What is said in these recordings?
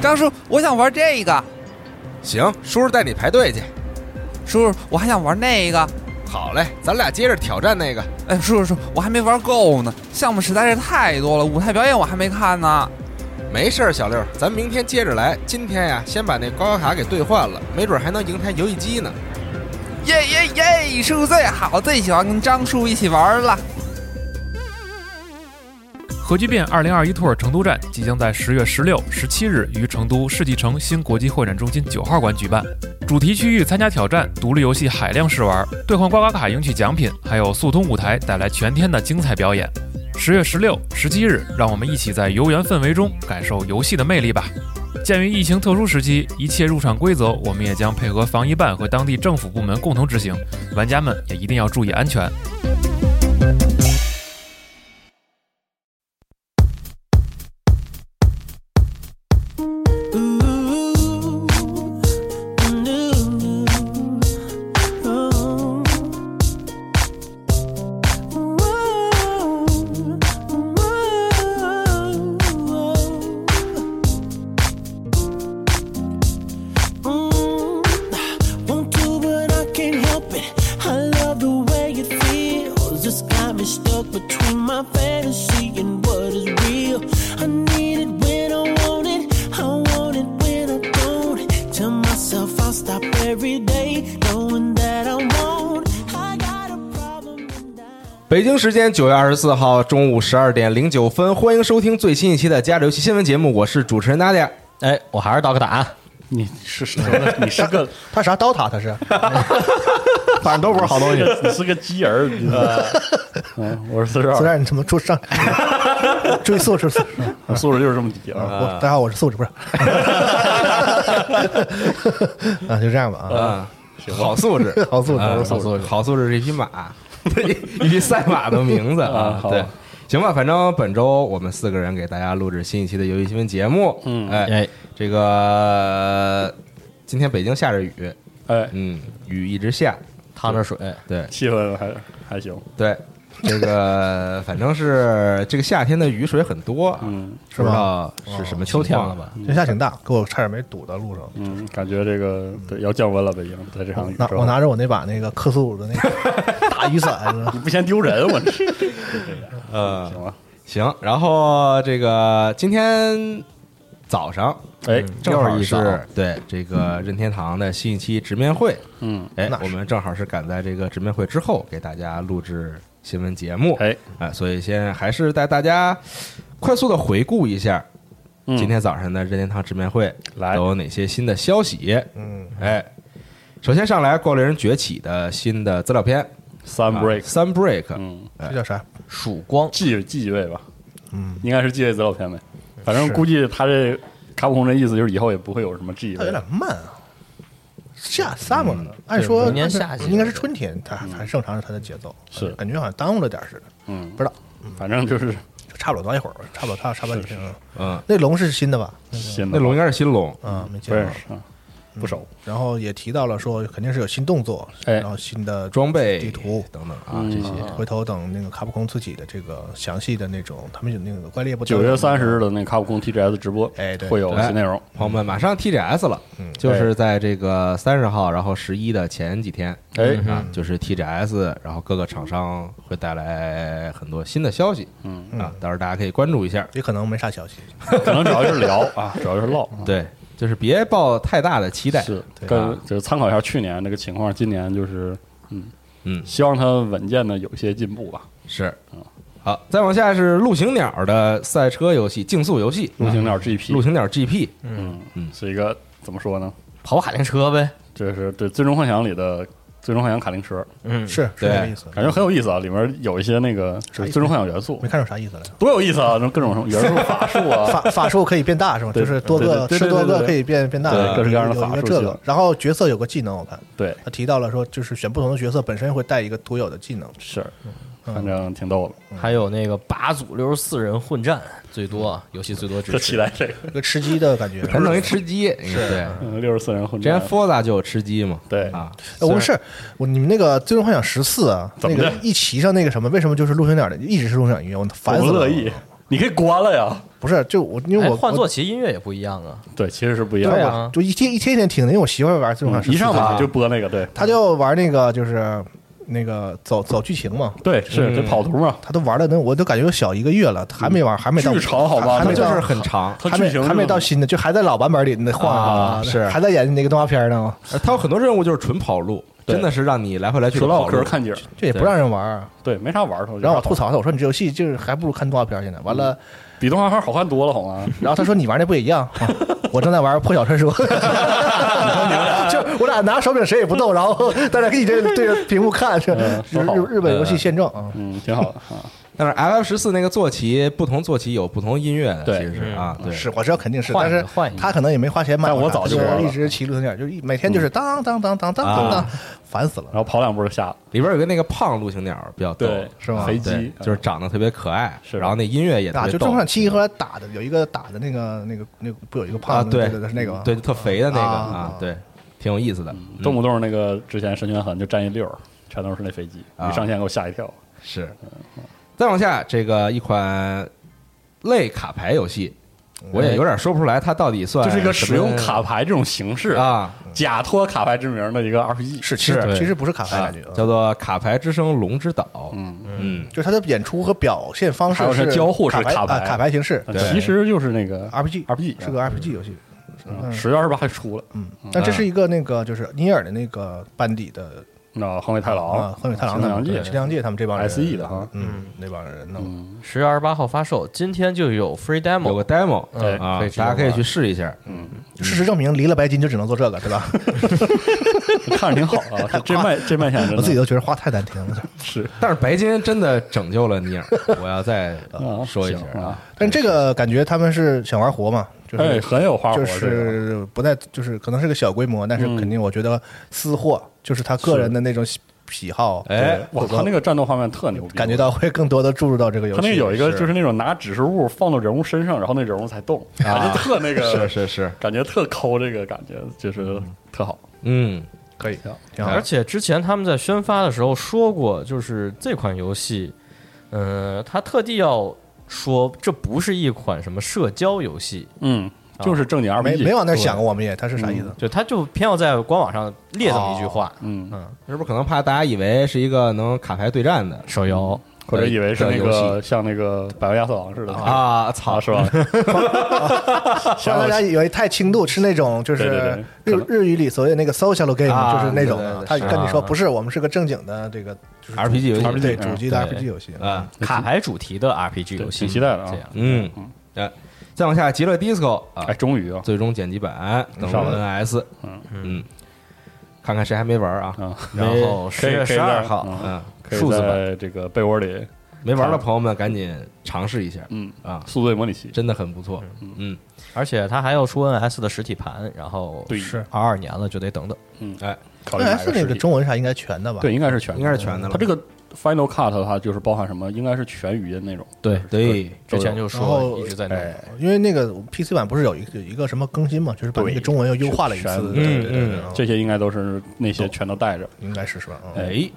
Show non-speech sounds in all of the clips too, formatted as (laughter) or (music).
张叔，我想玩这个。行，叔叔带你排队去。叔叔，我还想玩那个。好嘞，咱俩接着挑战那个。哎，叔叔叔，我还没玩够呢，项目实在是太多了，舞台表演我还没看呢。没事儿，小六，咱明天接着来。今天呀，先把那高考卡给兑换了，没准还能赢台游戏机呢。耶耶耶！叔叔最好，最喜欢跟张叔一起玩了。核聚变二零二一兔儿成都站即将在十月十六、十七日于成都世纪城新国际会展中心九号馆举办。主题区域参加挑战，独立游戏海量试玩，兑换刮刮卡赢取奖品，还有速通舞台带来全天的精彩表演。十月十六、十七日，让我们一起在游园氛围中感受游戏的魅力吧。鉴于疫情特殊时期，一切入场规则我们也将配合防疫办和当地政府部门共同执行，玩家们也一定要注意安全。 Want to, Mm. but I can't help it. I love the way it feels. It's got me stuck between my fantasy and what is real. I need it when I want it. I want it when I don't. Tell myself I'll stop every day, knowing that I won't. I got a problem. And I 北京时间九月二十四号中午十二点零九分，欢迎收听最新一期的《加里游戏新闻节目》，我是主持人大家。哎，我还是刀个 (laughs) 打，你是什么？你是 (laughs) 个他啥刀塔他是，反正都不是好东西。你是个鸡儿，你知道吗？ (laughs) 嗯，我是四十虽二，然你他妈出上追素质，素质我素质就是这么低啊。我大家好，我是素质，不是 (laughs) 啊，就这样吧啊，啊，好素质，好素质啊好好素素质，好素质是一匹马，一匹赛马的名字啊好对，行吧，反正本周我们四个人给大家录制新一期的游戏新闻节目。嗯，哎哎，这个今天北京下着雨，哎，嗯，雨一直下，趟着水，对气氛还还行，对。这个反正是这个夏天的雨水很多，啊嗯不知道是什么秋情天了况吧？？这下挺大，给我差点没堵到路上。嗯，感觉这个对要降温了，北京在这场雨拿之后我拿着我那把那个克苏鲁的那个大雨伞，是吧你不嫌丢人， (laughs) 我这嗯呃，行吧？行，然后这个今天早上哎，正好又是一是早对这个任天堂的新一期直面会，嗯，哎那，是我们正好是赶在这个直面会之后给大家录制新闻节目，哎，哎，所以先还是带大家快速的回顾一下嗯今天早上的任天堂直面会来都有哪些新的消息，嗯，哎，首先上来《怪猎人崛起》的新的资料片啊 Sun Break， Sun Break，嗯，这叫啥？曙光继继位吧，嗯，应该是继位资料片呗。反正是估计他这卡普空这意思就是以后也不会有什么继它有位点，慢啊，夏 summer 了，按说对明年按说夏季应该是春天，它还正常是它的节奏，是感觉好像耽误了点儿似的，嗯，不知道，反正就是就差不了多一会儿吧，差不了差差半天啊。嗯，那龙是新的吧？新那的龙应该是新龙，啊，没不见认过。识啊，不熟，嗯然后也提到了说，肯定是有新动作，哎然后新的装备地图等等啊嗯这些，回头等那个卡普空自己的这个详细的那种，他们有那个怪猎不？九月三十，日的那卡普空 TGS 直播，哎对会有哎新内容。朋友们，马上 TGS 了，嗯哎就是在这个三十号，然后十一的前几天，哎啊，嗯就是 TGS，然后各个厂商会带来很多新的消息，嗯啊，到时候大家可以关注一下。也可能没啥消息。可能主要是聊啊，主要是唠。嗯啊对，就是别抱太大的嗯期待，是对跟啊就是参考一下去年这个情况，今年就是嗯嗯希望它稳健的有一些进步吧。是，嗯好，再往下是陆行鸟的赛车游戏，竞速游戏，啊嗯陆行鸟 GP，陆行鸟 GP，嗯嗯是一个怎么说呢？跑卡丁车呗，这是对《最终幻想》里的《最终幻想》卡丁车，嗯，是是对这个意思，感觉很有意思啊，里面有一些那个就是《最终幻想》元素没，看出啥意思来。多有意思啊！那种各种什么元素法术啊，法法术可以变大是吗？对就是多个对对对对吃多对对个对可以变变大，对各式各样的有一法个术这技个能，然后角色有个技能，我看对，他提到了说，就是选不同的角色本身会带一个独有的技能。是，反正挺逗的。还有那个八组六十四人混战，最多啊游戏最多特支期持。待这个，一个吃鸡的感觉。还弄一吃鸡，对，嗯，六十四人混之前战， Forza 就有吃鸡嘛，对啊，嗯哎，我们是，我你们那个《最终幻想十四》啊，怎那么个着一骑上那个什么，为什么就是陆行鸟的一直是陆行鸟音乐？我烦死不了！乐意，你可以关了呀。不是，就我因为哎我换啊我坐骑音乐也不一样啊。对，其实是不一样对啊的。我就一天一天一天听的，因为我媳妇儿玩自动化嗯十一四上号网就播那个，对，她就玩那个就是那个走走剧情嘛，对是这跑图嘛，她都玩了那我都感觉有小一个月了，还没玩，还没到巨长好吧还它没就到是很长，它还剧没情还没是到新的，就还在老版本里那晃啊是还在演那个动画片呢，呃它有很多任务就是纯跑路，对真的是让你来回来去除的了跑壳路。看景儿，这也不让人玩。对，没啥玩头。然后我吐槽他，我说你这游戏就是还不如看动画片现在。完嗯了，比动画片好看多了，好吗？然后他说你玩那不也一样？啊我正在玩破晓传说， (laughs) 就我俩拿手柄谁也不动，然后大家可以这对着屏幕看，这嗯多日好日日本游戏现状啊。 (laughs) 嗯，挺好的啊。但是 F F 十四那个坐骑，不同坐骑有不同音乐的，对嗯其实是啊，对，是，我知道肯定是，换但一个是换一个他可能也没花钱买过但啥，我早就就是玩了一直骑路行点，就一每天就是当当当当当当当，烦死了然。后跑两步就下了，里边有个那个胖陆行鸟比较逗，对，是吗飞对机，嗯就是长得特别可爱，是然后那音乐也特啊，别就逗正款七后来打的有一个打的那个那个那个不有一个啊，胖子对，是那个吗对，就特肥的那个啊啊，对，挺有意思的，嗯动不动那个之前神拳痕就站一溜儿，全都是那飞机，啊一上线给我吓一跳。是。再往下，这个一款类卡牌游戏，嗯我哎也有点说不出来它到底算哎就是一个什使么用卡牌这种形式，啊，假托卡牌之名的一个 RPG，是其实是其实不是卡牌啊感觉，啊叫做《卡牌之声：龙之岛》。嗯，嗯，就是它的演出和表现方还式有是是交互是卡牌卡牌啊卡牌形式对其实就是那个 RPG RPG 是个 RPG 游戏，嗯十月二十八还出了，嗯，但这是一个那个就是尼尔的那个班底的那横尾哦太啊，郎、横尾太郎新太他们郎对介新良介他们这帮人 SE E 的哈，嗯，那帮人弄嗯，十月二十八号发售，今天就有 free 有 demo，个 demo 嗯啊可以，直接大家可以去试一下。事实证明离了白金就只能做这个，对吧？ (laughs) 看着挺好啊，这这卖这卖相真我自己的都觉得话太难听了。是但是白金真的拯救了 (laughs) 尼尔，我要再呃啊说一下行啊，但这个感觉他们是想玩活嘛，就哎，是很有花活，就这个是不在，就是可能是个小规模，但是嗯肯定我觉得私货就是他个人的那种喜喜好，哎对哇，他那个战斗画面特牛逼，感觉到会更多的注入到这个游他戏。那个有一个就是那种拿指示物放到人物身上，然后那人物才动，啊感觉特 (laughs) 那是个，是是，感觉特抠，这个感觉就是特好。嗯，可以，挺好而。且之前他们在宣发的时候说过，就是这款游戏，呃，他特地要说这不是一款什么社交游戏，嗯，就是正经啊没 RPG，没往那儿想过，我们也他是啥意思？就他就偏要在官网上列这么一句话，嗯，是不是可能怕大家以为是一个能卡牌对战的手游或者以为是那的游个像那个百万亚瑟王似的啊？啊，操！ (laughs) 是吧？ (laughs) 让大家以为太轻度是那种就对是对日对日语里所谓那个 social game，啊就是那种的。他对对对跟你说是啊不是，我们是个正经的这个就是 RPG 游戏主对嗯主机的对 RPG 游戏。啊，卡牌主题的 RPG 游戏，挺期待的啊这样嗯，哎，再往下，《极乐 DISCO》啊哎，，终 (laughs) 于啊，最终剪辑版等上了 NS，嗯嗯，看看谁还没玩啊？啊，然后可十以月可以十二在号，嗯嗯，可以数字版在这个被窝里，没玩的朋友们赶紧尝试一下嗯，啊，宿醉模拟器，真的很不错。嗯，而且它还要出 NS 的实体盘，然后对二二年了就得等等。哎，考虑买 NS 那实个体中文啥应该全的吧？对，应该是全的，应该是全的了它这个 Final Cut 的话，就是包含什么？应该是全语音那种，对，对，之前就然后说一直在弄，哎因为那个 PC 版不是有一个有一个什么更新嘛，就是把那个对中文又优化了一次全。对对嗯对对对嗯，这些应该都是那些全都带着。应该是是吧？嗯哎，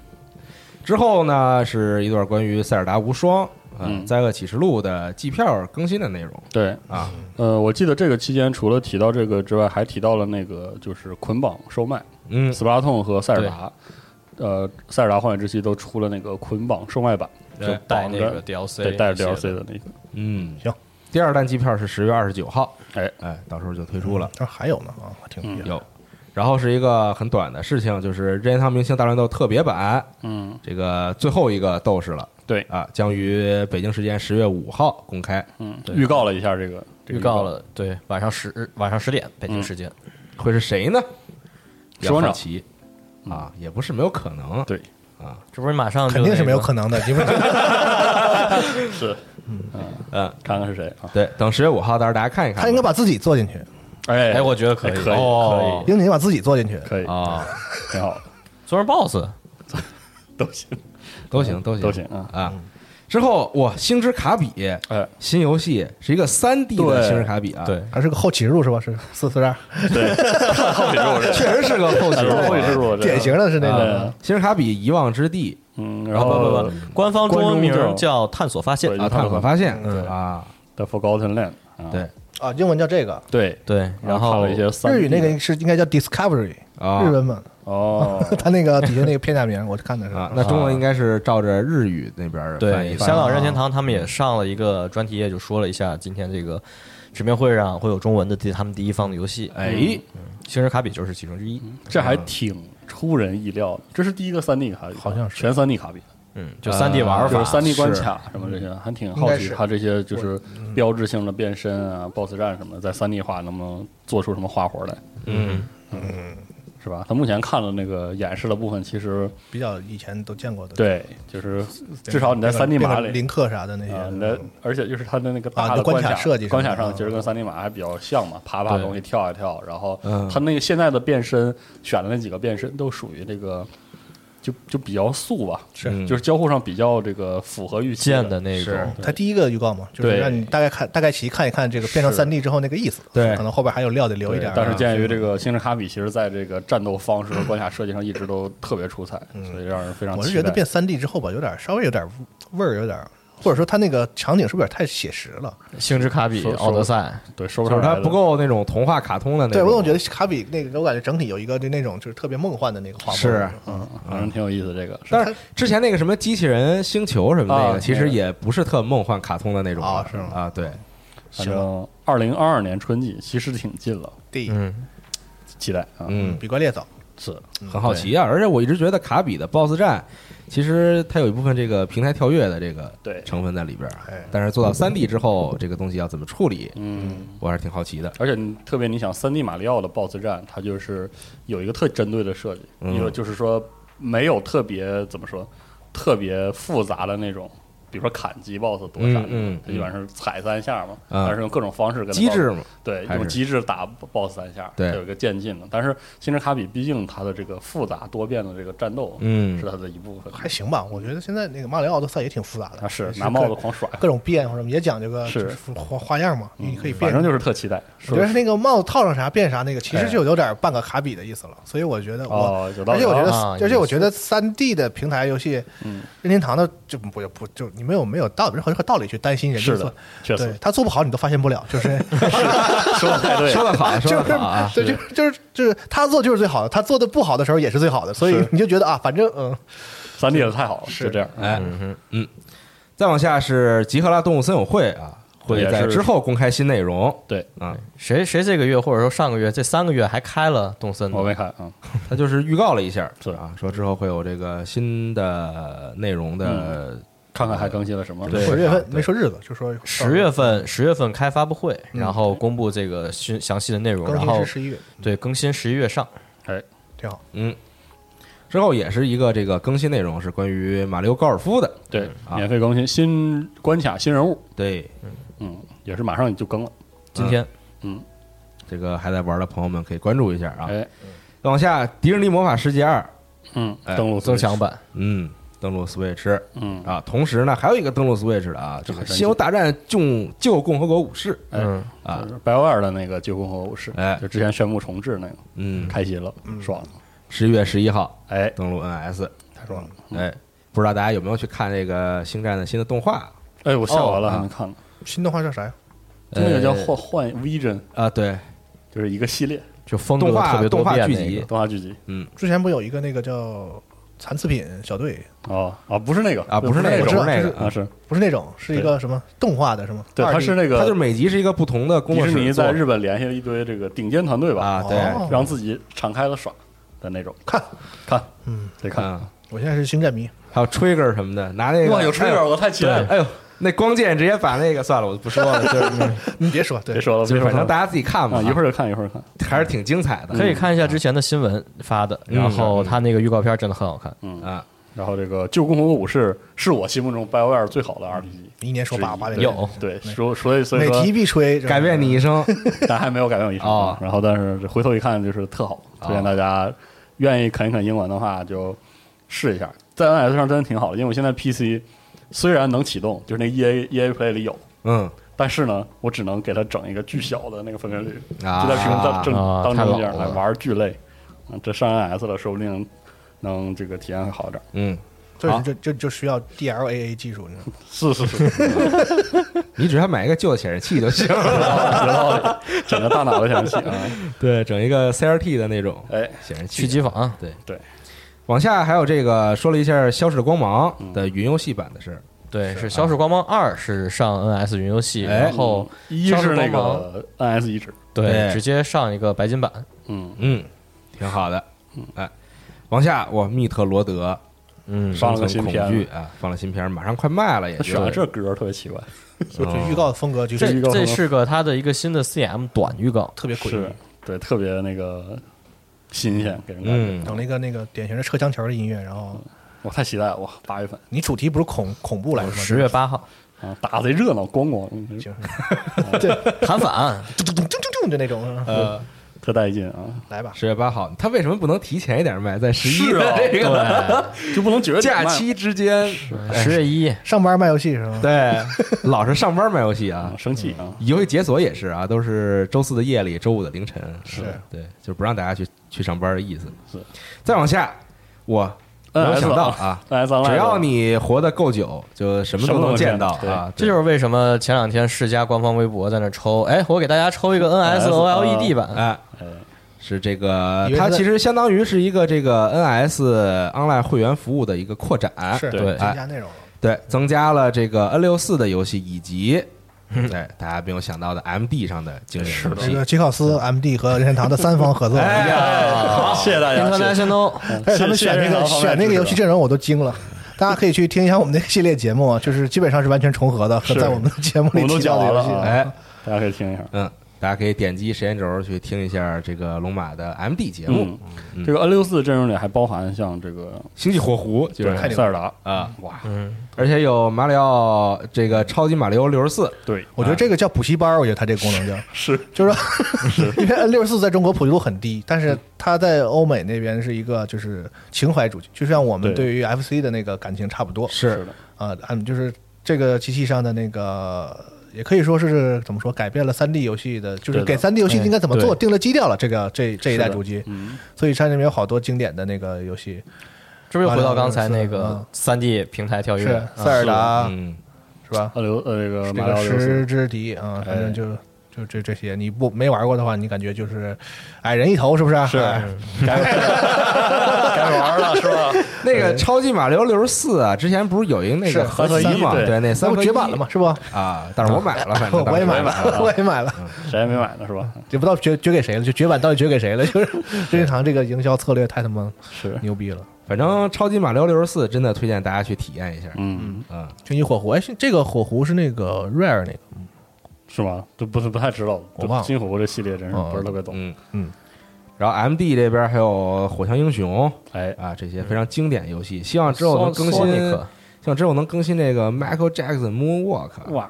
之后呢是一段关于《塞尔达无双》啊嗯《灾厄启示录》的季票更新的内容对，啊，呃，我记得这个期间除了提到这个之外，还提到了那个就是捆绑售卖，嗯斯巴达痛和塞尔达，呃，塞尔达荒野之息都出了那个捆绑售卖版，就就带绑那着个 DLC，对带着一些 DLC 的的那个，嗯，行。第二弹季票是十月二十九号，哎哎，到时候就推出了。这还有呢啊，挺厉害。有，然后是一个很短的事情，就是任天堂明星大乱斗特别版，嗯，这个最后一个斗士了对，啊，将于北京时间十月五号公开，嗯，预告了一下这个这个预告了，对，晚上十晚上十点北京时间，会是谁呢？比较说呢好奇啊，也不是没有可能。对，这不是马上就肯定是没有可能。能的，因为是，嗯，看看是谁啊？对，等十月五号到时候大家看一看吧。他应该把自己做进去，哎哎，我觉得可以，可以哦英宁把自己做进去，可以，啊，挺好的，做成 BOSS，都行都行，都行，都行啊。啊。之后，哇，《星之卡比》哎，新游戏是一个三 D 的《对星之卡比》啊，对，还是个后启示录是吧？是四四十二，对， (laughs) 后起入确实是个后期。哎后起入典型的是那啊个， 《星之卡比》遗忘之地啊嗯，然然后不后不不，官方中文名叫《探索发现》对啊，探索发现嗯啊， The Forgotten Land，啊对啊，英文叫这个，对，对，看然后了一些三日语那个是应该叫 Discovery，啊日文 (laughs) 本，哦，它那个底下那个片假名，我看的是啊，那中文应该是照着日语那边儿翻译对，吧。香港任天堂他们也上了一个专题页，就说了一下今天这个直面会上会有中文的第他们第一方的游戏，哎，嗯《星之卡比》就是其中之一。嗯嗯这还挺出人意料的，这是第一个三 D 卡比吧，好像是全三 D 卡比，嗯，就三 D 玩啊就法是，呃三 D 关是卡什么这些，还挺应好该奇是它这些就是标志性的变身啊、BOSS 战什么的，在三 D 化能不能做出什么花活来，嗯，是吧？他目前看了那个演示的部分，其实比较以前都见过的，对，就是至少你在那个三 D 那码个里林克啥的那啊，些，你的而且就是它的那个嗯大啊那的关关卡设计什么关的卡上其实嗯跟三 D 码还比较像嘛，爬爬对东西，跳一啊跳，然后嗯它那个现在的变身选的那几个变身都属于这个，就就比较素吧，嗯就是交互上比较这个符合预期剑的那种，它第一个预告嘛，就是对让你大概看大概齐看一看这个变成三 D 之后那个意思，对可能后边还有料得留一点对但儿啊。是鉴于这个星之卡比，其实在这个战斗方式和关卡设计上一直都特别出彩，所以让人非常嗯我是期觉得待。变三 D 之后吧，有点稍微有点味儿，有点或者说它那个场景是不是有点太写实了？ 《星之卡比》说《说奥德赛对，收不就是上它来不够那种童话卡通的那种。对我总觉得卡比那个，我感觉整体有一个就那种就是特别梦幻的那个画风。是，嗯，反正挺有意思。这个但是之前那个什么机器人星球什么那啊个，其那实个也不是特梦幻卡通的那种啊是吗啊，对，反正二零二二年春季其实挺近了， D》，嗯，期待啊，嗯，比怪猎嗯早，是很好奇啊。而且我一直觉得卡比的 BOSS 战，其实它有一部分这个平台跳跃的这个对成分在里边儿啊哎，但是做到三 D 之后，这个东西要怎么处理，嗯。我还是挺好奇的。而且你特别你想三 D 马里奥的 BOSS 战，它就是有一个特针对的设计，嗯因为就是说没有特别怎么说特别复杂的那种，比如说砍击 BOSS 躲闪，嗯嗯它基本上是踩三下嘛，嗯但是用各种方式跟它机 boss- 制嘛，对还是用机制打 BOSS 三下，对它有一个渐进的。但是星之卡比毕竟它的这个复杂多变的这个战斗，嗯是它的一部分，还行吧。我觉得现在那个马里奥的赛也挺复杂的，它啊是也拿帽子各狂甩，各种变或者什么也讲究个是嗯就是花花样嘛，你可以变。反正就是特期待。我觉得是那个帽子套上啥变啥，那个其哎实就有点半个卡比的意思了，所以我觉得我，哦有道而理且我觉得啊，而且我也觉得三 D 的平台游戏，嗯，任天堂的就不不就你没有没有道任何任何道理去担心人家是做的，，确对实他做不好你都发现不了，就是 (laughs) (laughs) 说的太对了，说的好，就说是的好啊，对，就是就是就是他做就是最好的，他做的不好的时候也是最好的，所以是你就觉得啊，反正嗯，三 D 的太好了，是就这样。哎，嗯，再往下是集合了动物森友会啊，会也在是之后公开新内容。对啊，谁谁这个月或者说上个月这三个月还开了动森呢，我没看啊，它就是预告了一下，是啊，说之后会有这个新的内容的，看看还更新了什么？对或者月份对没说日子，就说十月份十月份开发布会，然后公布这个新详细的内容，更然新后是十一月，对更新十一月上，哎，挺好。嗯，之后也是一个这个更新内容是关于马里奥高尔夫的，对，啊免费更新新关卡、新人物，对，嗯，也是马上就更了。今天这个还在玩的朋友们可以关注一下啊。哎，再往下，迪士尼魔法世界二，嗯，哎登录增强，版，嗯，登陆 Switch 嗯，啊，同时呢还有一个登陆 Switch 的啊，这个很《神奇西游大战救救共和国武士》，嗯，啊，白万尔的那个《旧共和武士》，哎就之前宣布重置那个，嗯，开心了，爽了，十一月十一号哎，登陆 NS，太爽嗯了，哎，不知道大家有没有去看这个《星战》的新的动画？哎，我下完哦了啊还没看呢，新动画叫啥呀？就那个叫呃幻幻 Vision，啊，对，就是一个系列就风格动画特别多动画变剧那个集，动画剧集。之前不有一个那个叫残次品小队，哦啊，不是那个啊，不是那那个，我不知是道那就个是啊啊，，是不是那种，是一个什么动画的是吗？对，它是那它就是个每集是一个不同的工迪作士室尼在做的日本联系了一堆这个顶尖团队吧，啊，对，啊哦让自己敞开了耍的那种，看，看，嗯，得看。嗯，我现在是星战迷，还有 trigger 什么的，拿那个哎哇，有吹点，我太期对，待了。哎呦，那光剑直接把那个算了，我就不说了，就是你别说，对别，说了，就别是说反正了大家自己看吧，啊，一会儿就看，一会儿看。还是挺精彩的，可以看一下之前的新闻发的，嗯然后他那个预告片真的很好看，啊，然后这个《旧共和国武士》是我心目中 BioWare 最好的 RPG，一年说八八遍，有对，说所以所以每说题，必吹，改变你一生，但还没有改变我一生哦啊。然后但是回头一看就是特好，推荐大家愿意啃一啃英文的话就试一下，在 NS 上真的挺好的，因为我现在 PC 虽然能启动，就是那 E A E A Play 里有，嗯但是呢，我只能给它整一个巨小的那个分辨率，啊就在屏幕当正啊当太中老间来了玩儿巨累。嗯，这上 NS 了，说不定能这个体验会好点儿。嗯，所好以就就就需要 DLAA 技术，你知道吗是是 (laughs) 是，你只要买一个旧的显示器就行了。有道理，整个大脑的想起啊，对，整一个 CRT 的那种哎，显示器。去机房，对对。往下还有这个说了一下《消逝的光芒》嗯的云游戏版的事儿，对，是《消逝光芒二》是上 NS 云游戏，哎然后一消失是那光芒个 NS 移植，对对直接上一个白金版，嗯，嗯，挺好的。哎，往下我密特罗德嗯，上了个生存新片恐惧啊，放了新片儿，马上快卖了，也他选就的这歌儿特别奇怪，就就预告的风格就是这预告这吗是个它的一个新的 CM 短预告，特别诡是异，对，特别那个新鲜，给人感觉。嗯，整了一个那个典型的车厢桥的音乐，然后我太期待了，哇，八月份你主题不是恐恐怖来着吗？十月八号，啊，打贼热闹，咣咣，嗯行，韩反，就咚咚咚咚咚就那种，嗯呃，特带劲啊！来吧，十月八号，他为什么不能提前一点卖，在十一是啊这个就不能九月 (laughs) 底假卖吗期之间，啊哎十月一，上班卖游戏是吗？对，老是上班卖游戏啊啊，，生气嗯啊！游戏解锁也是啊，都是周四的夜里，周五的凌晨，是嗯对，就不让大家去去上班的意思。是，再往下，我没有 NS 想到啊啊， NS Online 只要的你活得够久，就什么什都么都能能见见到到对啊。这就是为什么前两天世嘉官方微博在那抽，哎，我给大家抽一个 NS OLED 对 E 版，哎哎，是这个以，为它它在其实相当于是一个这个 NS Online 会员服务的一个扩展，哎是对增加内容了，对，增加了这个 N 六四的游戏以 (laughs) 及。对，大家没有想到的 MD 上的经典游这戏个，吉考斯 MD 和任天堂的三方合作，哎好谢谢大家，谢谢 International，但是他们谢谢选那任个天堂选那个游戏支持阵容我都惊了。大家可以去听一下我们那个系列节目，啊，就是基本上是完全重合的，和是在我们的节目我里们都提讲到的完游了戏。啊哎，大家可以听一下。嗯，大家可以点击时间轴去听一下这个龙马的 MD 节目，嗯，这个 N 六四阵容里还包含像这个星际火狐》就是太对牛了塞尔达，嗯啊，哇，而且有马里奥这个超级马里奥六十四，对，我觉得这个叫补习班儿，我觉得它这个功能叫是就是说， (laughs) 因为 N 六十四在中国普及度很低，但是它在欧美那边是一个就是情怀主机，就像我们对对于 FC 的那个感情差不多是的，啊，按就是这个机器上的那个。也可以说是怎么说，改变了三 D 游戏的，就是对的嗯给三 D 游戏应该怎么哎做对定了基调了。这个这这一代是的主机，嗯，所以它里面有好多经典的那个游戏，这不又回到刚才那嗯个三 D 平台跳跃是？塞尔达嗯，是吧？二六呃这个这马里个奥六四十之敌啊，反哎正就就这这些，你不没玩过的话，你感觉就是矮人一头，是不是？是哎该该玩了是吧？那个超级马里奥六十四啊，之前不是有一个那是个合集嘛，合集对对，那哎三三不合一绝版了嘛，是不？啊，但是哎我买了，反正 (laughs) 啊我也买了，我也买了， (laughs) 谁也没买呢是吧？也不知道绝绝给谁了，就绝版到底绝给谁了？ (laughs) 就是任天堂这个营销策略太他妈是，牛逼了。反正超级马里奥六十四真的推荐大家去体验一下，嗯，嗯，群体火狐，哎，是这个火狐是那个 Rare 那个，是吗？这不是不太知道，我忘了金虎这系列真是不是特别懂，嗯嗯。然后 M D 这边还有《火枪英雄哎》，啊，这些非常经典游戏，希望之后能更新， Sonic 希望之后能更新这个 Michael Jackson Moonwalk，哇，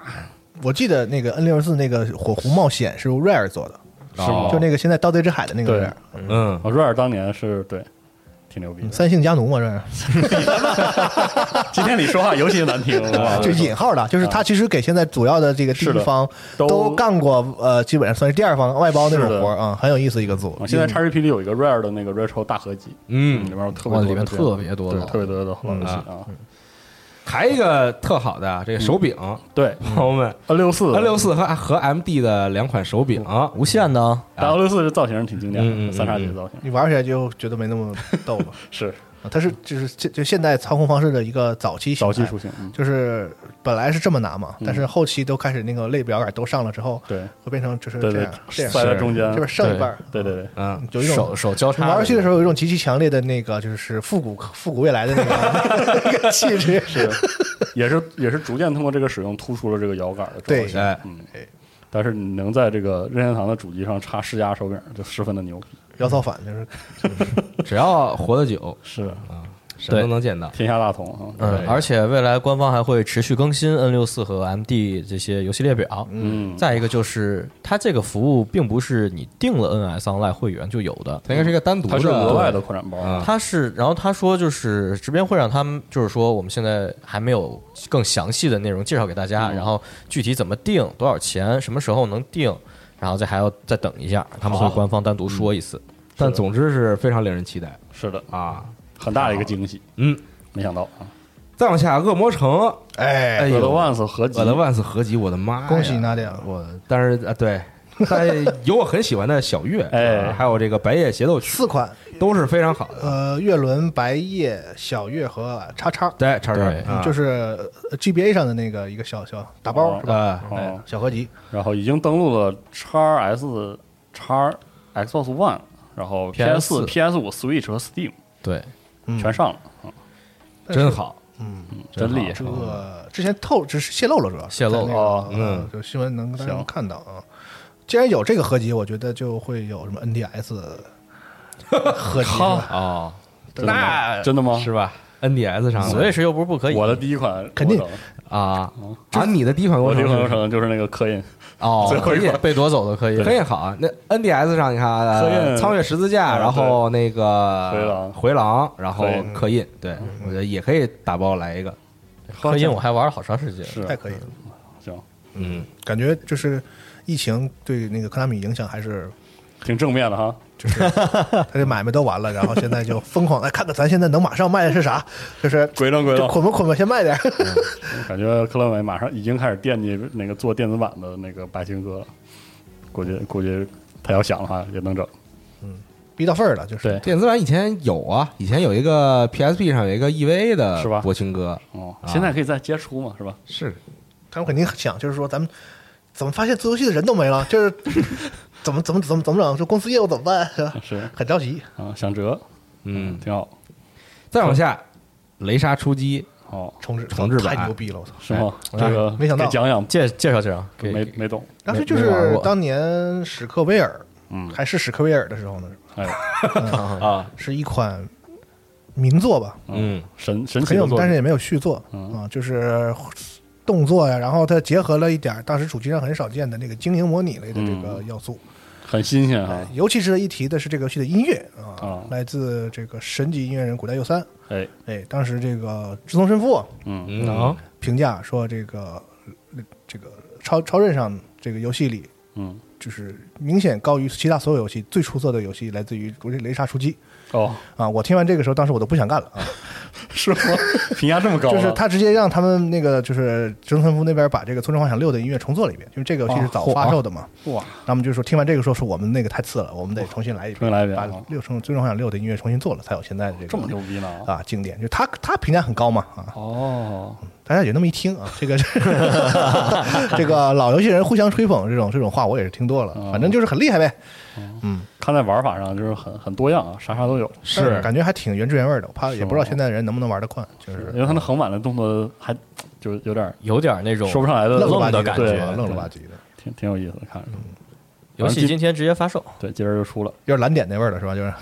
我记得那个 N 六十四那个火狐冒险是 Rare 做的，是吗哦就那个现在《盗贼之海》的那个对 Rare，嗯，啊，瑞尔当年是对，挺牛逼嗯的。三姓家奴嘛，Rare 今天你说话尤其难听，哇就引号的，就是他其实给现在主要的这个第啊是一的方都都干过，呃，基本上算是第二方外包那种是的活儿啊，很有意思一个组啊。现在 XGP 里有一个 Rare 的那个 Retro 大合集，嗯里面有特别多哇，的里面这样特别多对的，特别多的老游戏啊，还有一个特好的啊这个手柄，嗯对朋友们，N 六四，N 六四和和 M D 的两款手柄，嗯无限的啊，但 N 六四这造型挺经典嗯嗯嗯的，三叉戟造型你玩起来就觉得没那么逗 (laughs) 了。是啊它是就是就就现代操控方式的一个早期形早态期雏形，哎嗯就是本来是这么拿嘛，但是后期都开始那个类表杆都上了之后，对会变成就是对这对样这，样，塞在中间这，边剩一半儿，对对对，嗯，有一种手手交你叉的那个，玩游戏的时候有一种极其强烈的那个就是复古复古未来的那个那个气质。是，也是也是逐渐通过这个使用突出了这个摇杆的重要对性，哎，嗯。但是你能在这个任天堂的主机上插世嘉手柄，就十分的牛逼。摇造反就是只要活得久，是什么都能见到。天下大同啊，嗯，而且未来官方还会持续更新 N 六四和 MD 这些游戏列表。嗯，再一个就是，它这个服务并不是你订了 NS Online 会员就有的，它应该是一个单独的，它是额外的扩展包，啊它是，然后他说就是直编会让他们就是说我们现在还没有更详细的内容介绍给大家，然后具体怎么定，多少钱，什么时候能定，然后这还要再等一下，他们会官方单独说一次。但总之是非常令人期待是的，哎啊！很大的一个惊喜。嗯，没想到啊，再往下，《恶魔城》哎，哎《The 呦，《 Once》合集我的 Once》合集，我的妈呀！恭喜啊娜迪亚我但是啊，对，但有我很喜欢的小月， (laughs) 哎啊还有这个《白夜协奏曲四款，》都是非常好的。呃，月轮、白夜、小月和叉叉，对，叉叉对啊就是呃 GBA 上的那个一个小小打包哦是吧？啊，哎哦，小合集，然后已经登录了 x S、x Xbox One，然后 PS、PS 五、Switch 和 Steam 对，嗯全上了，真好，嗯，真厉这害。个之前透只是泄露了，主要是泄露在那个哦嗯呃就新闻能大家能行看到啊。既然有这个合集，我觉得就会有什么 NDS 合集是吧，哦，真的吗？真的吗？是吧？NDS 上的，所以是又不是不可以？我的第一款肯定我的啊啊，你的第一款我过的程第一款流是程就是那个刻印，哦，最后可一以款被夺走的可以，可以好啊。那 NDS 上你看啊，刻印苍月十字架，啊然后那个回廊回廊，然后刻印刻印，对我觉得也可以打包来一个，可以，我还玩了好长时间。是太可以了。行，嗯，感觉就是疫情对那个科纳米影响还是挺正面的哈。 (laughs) 他这买卖都完了，然后现在就疯狂来看看咱现在能马上卖的是啥，就是鬼冷鬼冷，就捆吧捆吧，先卖点儿。 (laughs) 感觉克乐美马上已经开始惦记那个做电子版的那个白情歌了，估计估计他要想的话也能整。逼到份儿了，就是对电子版以前有啊，以前有一个 PSP 上有一个 EVA 的，是吧博青哥哦，啊现在可以再接出嘛，是吧？是他们肯定想，就是说咱们怎么发现做游戏的人都没了，就是 (laughs) 怎么怎么怎么怎么整，就公司业务怎么办，是吧？是很着急。啊，想辙，嗯，挺好。再往下，雷杀出击，哦，重置重置版太牛逼了，我操！是吗？哎这个没想到给讲讲，介介绍介绍，给没没懂。当时就是没玩过当年史克威尔，嗯还是史克威尔的时候呢，嗯哎， (laughs) 是一款名作吧，嗯，神神奇很的嗯有，作但是品，也没有续作啊，就是动作呀，然后它结合了一点儿当时主机上很少见的那个经营模拟类的这嗯个要素，很新鲜哈哎。尤其是一提的是这个游戏的音乐啊啊，来自这个神级音乐人古代佑三，哎，哎，当时这个志同身父嗯，能评价说这个这个超超任上这个游戏里嗯，就是明显高于其他所有游戏最出色的游戏，来自于《雷杀出击哦，》啊！我听完这个时候，当时我都不想干了啊！是吗？评价这么高啊，就是他直接让他们那个就是曾村夫那边把这个《村上幻想六》的音乐重做了一遍，因为这个游戏是早发售的嘛。啊哇，他们就说听完这个说是我们那个太次了，我们得重新来一遍，重新来一遍把啊六《村上幻想六》的音乐重新做了，才有现在的这个这么牛逼呢？啊经典。就他他评价很高嘛啊，哦，大家也那么一听啊，这个 (laughs) 这个老游戏人互相吹捧这种这种话我也是听多了，哦反正就是很厉害呗，看在玩法上就是很很多样啊，啥啥都有，但感觉还挺原汁原味的。我怕也不知道现在人能不能玩得惯，就是因为他那横版的动作还就是有点有点那种说不上来的愣了吧唧愣的感感觉觉，啊，对愣了吧唧的，挺挺有意思的，看着游戏今天直接发售，对，今儿就出了，有点蓝点那味儿了是吧？就是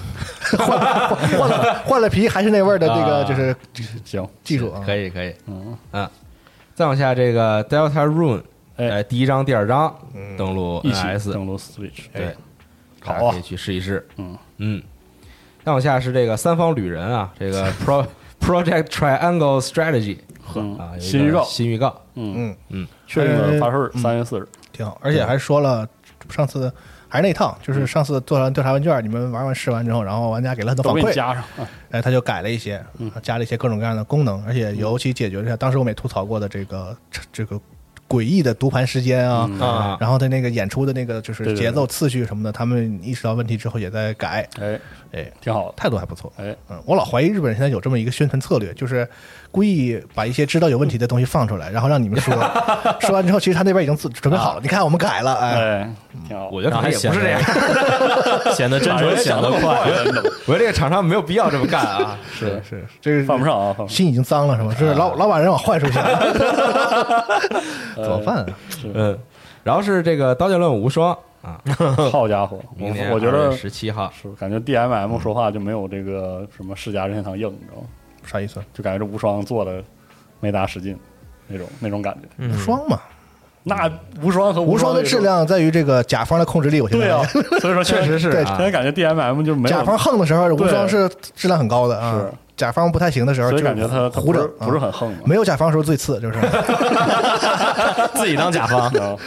(laughs) 换了换了换了皮还是那味儿的这个啊就是行，技术啊，可以可以，嗯，啊再往下这个 Delta Rune，哎呃，第一章、第二章嗯登录一 NS，起登录 Switch，对，好啊大家可以去试一试，嗯嗯。再往下是这个三方旅人啊，这个 Pro Project Triangle Strategy 啊，有一嗯，个新预告，新预告，嗯，嗯，确定呃的发售日三月四日，挺好，而且还说了上次。还是那一套，就是上次做完调查问卷，你们玩完试完之后，然后玩家给了很多都反给你馈，加上，嗯啊哎，他就改了一些，啊加了一些各种各样的功能，而且尤其解决了一下当时我们也吐槽过的这个这个诡异的读盘时间啊，嗯啊然后他那个演出的那个对就是对对节奏次序什么的，他们意识到问题之后也在改，哎，哎，挺好的，态度还不错。哎，嗯，我老怀疑日本人现在有这么一个宣传策略，就是故意把一些知道有问题的东西放出来，然后让你们说， (laughs) 说完之后，其实他那边已经自准备好了，你看我们改了，哎，啊哎，挺好，哎我觉得然可能后还也显不是这样，得显得真把 (laughs) 诚，人显想得得快。快，真的 (laughs) 我觉得这个厂商没有必要这么干啊，是是这个 (laughs) 犯不上啊，啊犯不上，心已经脏了是吗？这是老老把人往坏处 (laughs) 想，呃怎么办啊？嗯。然后是这个《刀剑乱舞无双》啊，好家伙，我明年我觉得十七号是感觉 DMM 说话就没有这个什么世家任天堂硬，你知道吗？啥意思？就感觉这无双做的没打使劲那种那种感觉。无双嘛，那无双和无双的这质种量在于这个甲方的控制力，我现在对啊 (laughs) 发现，所以说确实是对现啊在，感觉 DMM 就没有甲方横的时候，无对双是质量很高的啊是，甲方不太行的时候，所以就是感觉他他胡不整是，不是啊很横嘛。没有甲方的时候最次，就是自己当甲方， (laughs) 然后啊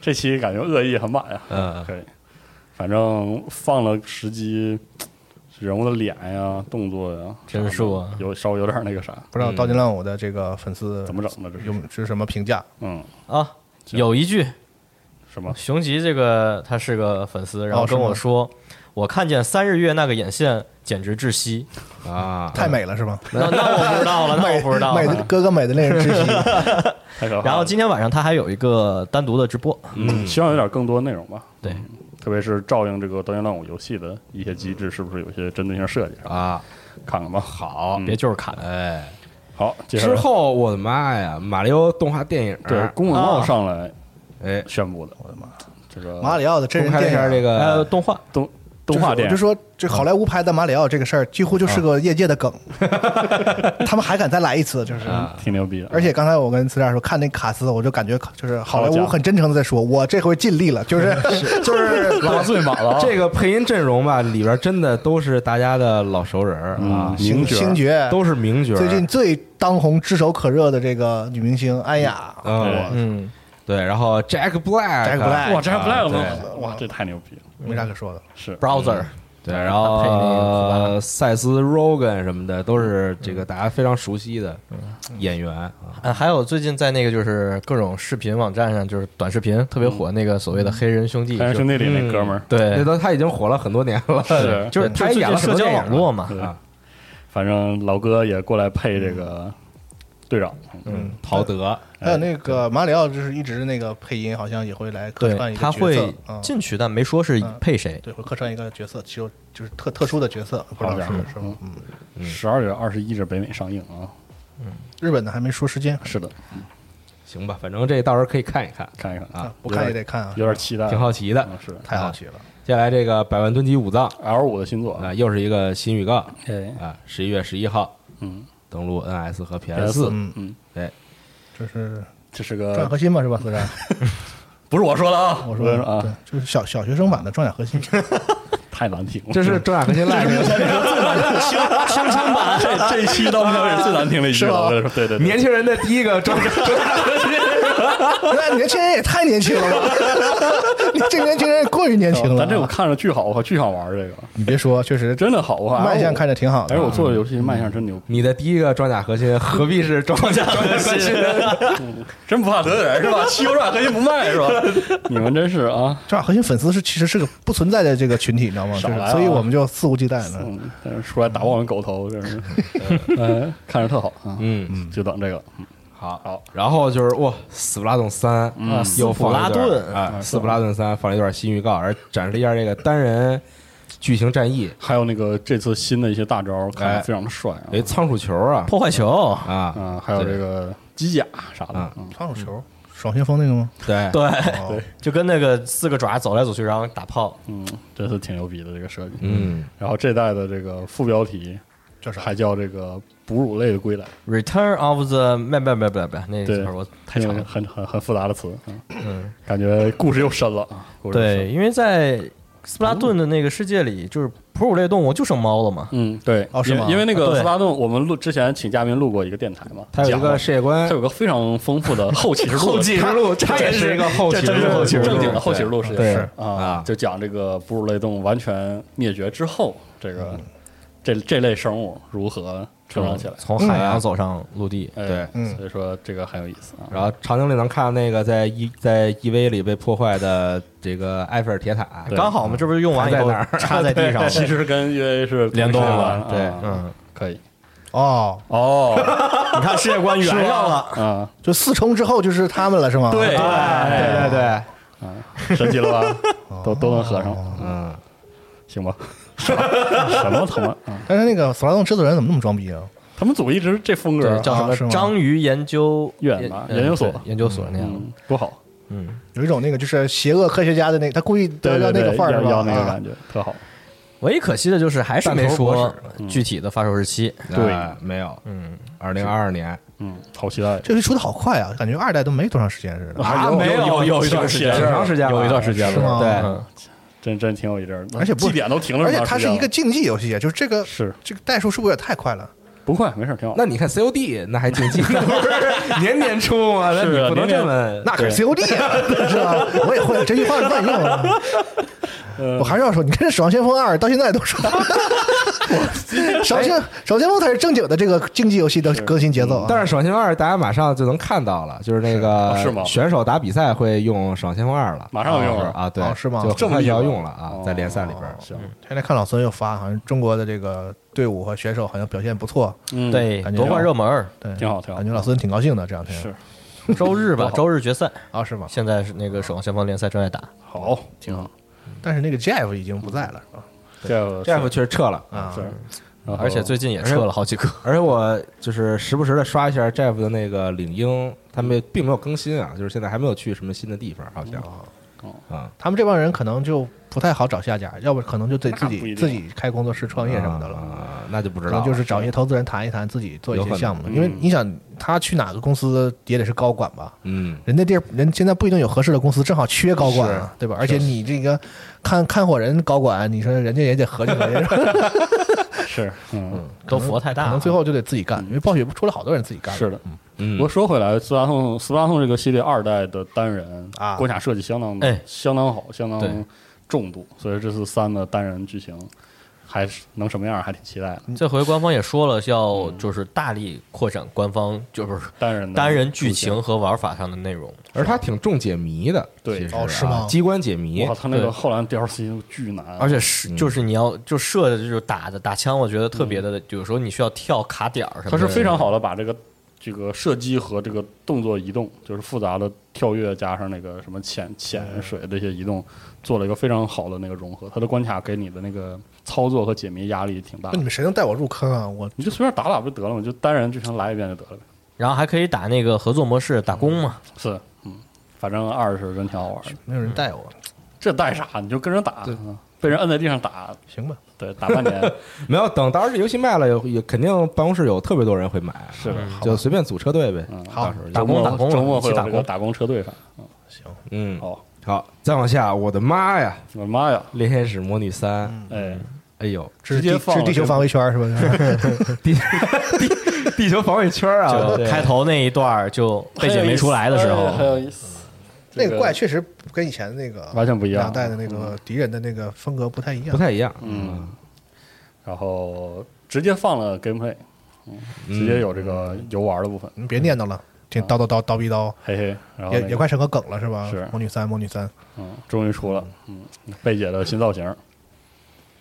这期感觉恶意很满呀，嗯，可以，反正放了时机，人物的脸呀、动作呀，真是我有稍微有点那个啥，不知道刀剑乱舞的这个粉丝怎么整的这是有是什么评价？嗯，啊。有一句，什么熊吉这个他是个粉丝，然后是跟吗我说，我看见三日月那个眼线简直窒息。 (laughs) 啊，太美了是吗？ (laughs) 那那我不知道了，那我不知道美的 (laughs) 了。哥哥美的 (laughs) 令人窒息。太可怕了。然后今天晚上他还有一个单独的直播，嗯，希望有点更多内容吧。对嗯，特别是照应这个《刀剑乱舞》游戏的一些机制，是不是有些针对性设计啊？啊，看看吧。嗯好，别就是砍。哎，好，接下之来后啊我的妈呀，马里奥动画电影，对宫本茂上来哎，宣布的，我的妈，这个马里奥的真公开人了一电下影啊这呃，个动画动动画电就影是我就说这好莱坞拍的马里奥这个事儿，几乎就是啊个业界的梗，他们还敢再来一次，就是。啊挺牛逼的，啊而且刚才我跟思佳说看那卡斯，我就感觉就是好莱坞很真诚的在说，我这回尽力 (laughs) 了，就是就是拉最满了啊，这个配音阵容吧，里边真的都是大家的老熟人儿啊嗯，名角星爵都是名角儿。啊最近最当红、炙手可热的这个女明星哎安雅，啊，嗯，对，然后 Jack Black，Jack Jack Black 哇，这还 Black 啊吗？哇，这太牛逼了，没啥可说的。是 browser 对，然后嗯配那个呃赛斯 Rogan 什么的都是这个大家非常熟悉的演员啊，呃，还有最近在那个就是各种视频网站上，就是短视频特别火，那个所谓的黑人兄弟， 《三人兄弟弟》里那哥们儿，对那，都他已经火了很多年了，是就是他他演了很社多交电影网络嘛，对啊，反正老哥也过来配这个队长，嗯，陶德，还哎有那个马里奥，就是一直那个配音好像也会来客串对，一他个角色会，嗯进去，但没说是配谁。对，会客串一个角色，其实就是特特殊的角色，不好知道点是儿是吗？嗯，嗯，十二月二十一日北美上映啊，日本的还没说时间，是的，行吧，反正这到时候可以看一看，看一看啊不看也得看啊，有点期待，挺好奇的。嗯，是太好奇了。接下来这个百万吨级武藏 L 五的新作啊，，又是一个新预告哎，啊，十一月十一号嗯，登陆 NS 和 PS 四 PS4，嗯嗯，哎，这是这是《壮个核心》嘛，是吧？四战，不是我说的啊，我说说的的啊对，，就是小小学生版的《壮甲核心》，太难听了，嗯这是中亚核心 (laughs) live (laughs) 枪枪版，这这一期到目前为止 (laughs) 最难听的一期了，我跟你说，对对对，年轻人的第一个中那年轻人也太年轻了吧？ (laughs) 你这年轻人也过于年轻了啊。哦咱这我看着巨好，我靠巨好玩儿这个，你别说，确实真的好啊，卖相看着挺好哎，的我啊。做的游戏卖相真牛逼，你的第一个装甲核心何必是装甲核心？真不怕得罪人是 (laughs) 吧？西游软核心不卖是吧？ (laughs) 你们真是啊， 《壮甲核心》粉丝是其实是个不存在的这个群体，你知道吗？少就是来啊所以我们就肆无忌惮的。嗯，但是出来打我们狗头，真 (laughs) 是，哎，看着特好啊，嗯，就等这个，嗯好，好。然后就是哇，斯普拉顿三嗯又放了一斯普段拉顿啊，斯普拉顿三放了一段新预告，而展示了一下这个单人巨型战役，还有那个这次新的一些大招，看着非常的帅啊有一，仓鼠球啊破坏球，啊，嗯，还有这个机甲啥的啊，嗯双手球，爽旋风那个吗？对，对，哦，就跟那个四个爪走来走去，然后打炮，嗯，真是挺牛逼的这个设计。嗯，然后这代的这个副标题就是还叫这个哺乳类的归来， Return of the 不不不不不，那对词儿我太长了。很很很复杂的词，嗯，感觉故事又深了啊，故事又深了对，，因为在斯普拉顿的那个世界里，就是哺乳类动物就剩猫了嘛。嗯，对，哦是因为吗因为那啊个对斯拉顿，我们录之前请嘉宾录过一个电台嘛，他有一讲了个世界观它，有个非常丰富的后启示录，之路，这也是一个后这启真录，是正经的后启示录录是对是啊啊，就讲这个哺乳类动物完全灭绝之后，这个这这类生物如何成长起来。从海洋走上陆地，哎对嗯所以说这个很有意思啊。然后长颈里能看到那个在 E 在 EV 里被破坏的这个埃菲尔铁塔，对刚好嘛，这不是用完以还在后哪儿插在地 (laughs) 上哎其了。实跟 EVA 是联动了了，对啊嗯，可以哦， (laughs) 哦你看世界观圆上了，啊，就四冲之后就是他们了，是吗？啊对对对对，神奇了哦吧？都都能合上，嗯，行吧？ (laughs) 什么他妈？啊但是那个索拉洞制作人怎么那么装逼啊？他们组一直这风格对，叫什啊是么吗章鱼研究院吧呃研究所对研究所那样的。嗯，多好，有一种那个就是邪恶科学家的那，他故意对得到对那个对，范儿要是吧？要那个啊感觉，特好。唯一可惜的就是还是没弹头博说士嗯具体的发售日期。对那没有，嗯，二零二二年嗯，好期待。这个出的好快啊，感觉二代都没多长时间 (laughs) 似的，啊没有有有一段时间挺长时间了，嗯有一段时间是吗了，对，真真挺有一阵儿的，而且不绩点都停了，而且它是一个竞技游戏，啊就是这个是这个代数是不是也太快了？不快，没事儿，挺好。那你看 COD 那还竞技，那不是年年出吗？那是你啊不能年年这么那可是 COD (laughs) 啊，是吧？我也会这句话乱用啊。呃我还是要说，你看《这《守望先锋二》到现在都说， (laughs) 守望先守望先锋才是正经的这个竞技游戏的更新节奏啊。嗯但是《守望先锋二》大家马上就能看到了，就是那个是哦是吗选手打比赛会用《守望先锋二》了，马上就用了啊，对哦，是吗就很这么快就厉害要用了啊哦，在联赛里边儿。行，嗯现在看老孙又发，好像中国的这个队伍和选手好像表现不错，嗯，对感觉夺冠热门儿，对，挺好挺好感觉老孙挺高兴的这两天。是周日哦吧，周日决赛，啊，是吗？现在是那个守望先锋联赛正在打，好，挺嗯好。但是那个 Jeff 已经不在了，是吧？这个 Jeff 确实撤了，啊是，，然后而且最近也撤了好几个，而且我就是时不时的刷一下 Jeff 的那个领英，他们并没有更新啊，就是现在还没有去什么新的地方，好像哦啊，他们这帮人可能就不太好找下家，要不可能就得自那不己一定自己开工作室创业什么的了。啊，那就不知可道能了，就是找一些投资人谈一谈，自己做一有可些能项目，嗯因为你想他去哪个公司也得是高管吧，嗯，人家地儿人现在不一定有合适的公司，正好缺高管啊，对吧？而且你这个看看火人高管，你说人家也得合计合 (laughs) 计，是吧是嗯都佛太可大能了，最后就得自己干，因为暴雪出了好多人自己干。是的。嗯不过说回来，斯巴痛斯巴痛这个系列二代的单人啊关卡设计相当哎相当好，相对当重度，所以这次三的单人剧情还是能什么样，还挺期待的。这回官方也说了，要就是大力扩展官方就是单人的单人剧情和玩法上的内容。而他挺重解谜的，对其实哦啊是吗机关解谜哇，，他那对个后来 DLC 巨难，而且是嗯就是你要就射的就是打的打枪，我觉得特别的，有时候你需要跳卡点儿什么的。嗯它是非常好的把这个这个射击和这个动作移动，就是复杂的跳跃加上那个什么潜潜水这些移动，做了一个非常好的那个融合。它的关卡给你的那个操作和解谜压力挺大那你的，们谁能带我入坑啊？我你就随便打打不就得了吗？就单人剧情来一遍就得了呗。然后还可以打那个合作模式打工嘛，是，嗯，反正二是真挺好玩的。没有人带我，这带啥？你就跟人打，嗯被人摁在地上打，行吧？对，打半年。没有等到时候这游戏卖了，有也肯定办公室有特别多人会买，啊是的，就随便组车队呗，嗯，好，打工打工周末会有去打这个工。打工车队啥？嗯，好，好，再往下，我的妈呀，我的妈呀！ 《猎天使魔女三》，嗯哎哎，呦，这是直接地放这是地球了防卫圈 (laughs) 是吧？地球防卫圈啊，就对开头那一段儿就被解没出来的时哎很候，有意思。 (laughs) 那这个怪确实跟以前那个完全不一样两代的那个敌人的那个风格不太一样不。太一样，嗯，然后直接放了 gameplay，嗯直接有这个游玩的部分，你别念叨了，这啊叨叨叨叨逼叨，嘿嘿。然后也那个也快成个梗了是吧？是魔女三，魔女三，嗯，终于出了，嗯，贝姐的新造型，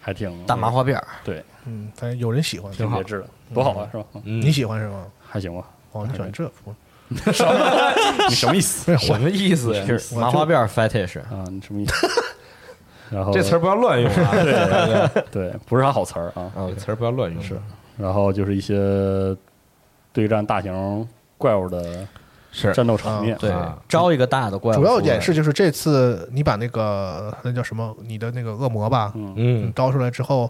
还挺大麻花辫儿，对，嗯，反正有人喜欢，挺别致的，多好啊，是吧？嗯嗯你喜欢是吗？还行吧。哦，你喜欢这部？你什么意 (laughs) 思？不是什么意思嗯呀？就是麻花辫儿 fetish。啊，你什么意思？然后这词儿不要乱用啊！ (laughs) 对对对，对，不是啥好词儿啊。啊，这词儿不要乱用。是然后就是一些对战大型怪物的是战斗场面，对啊，招一个大的怪物主出来，要演示就是这次你把那个那叫什么，你的那个恶魔吧，你嗯，招出来之后，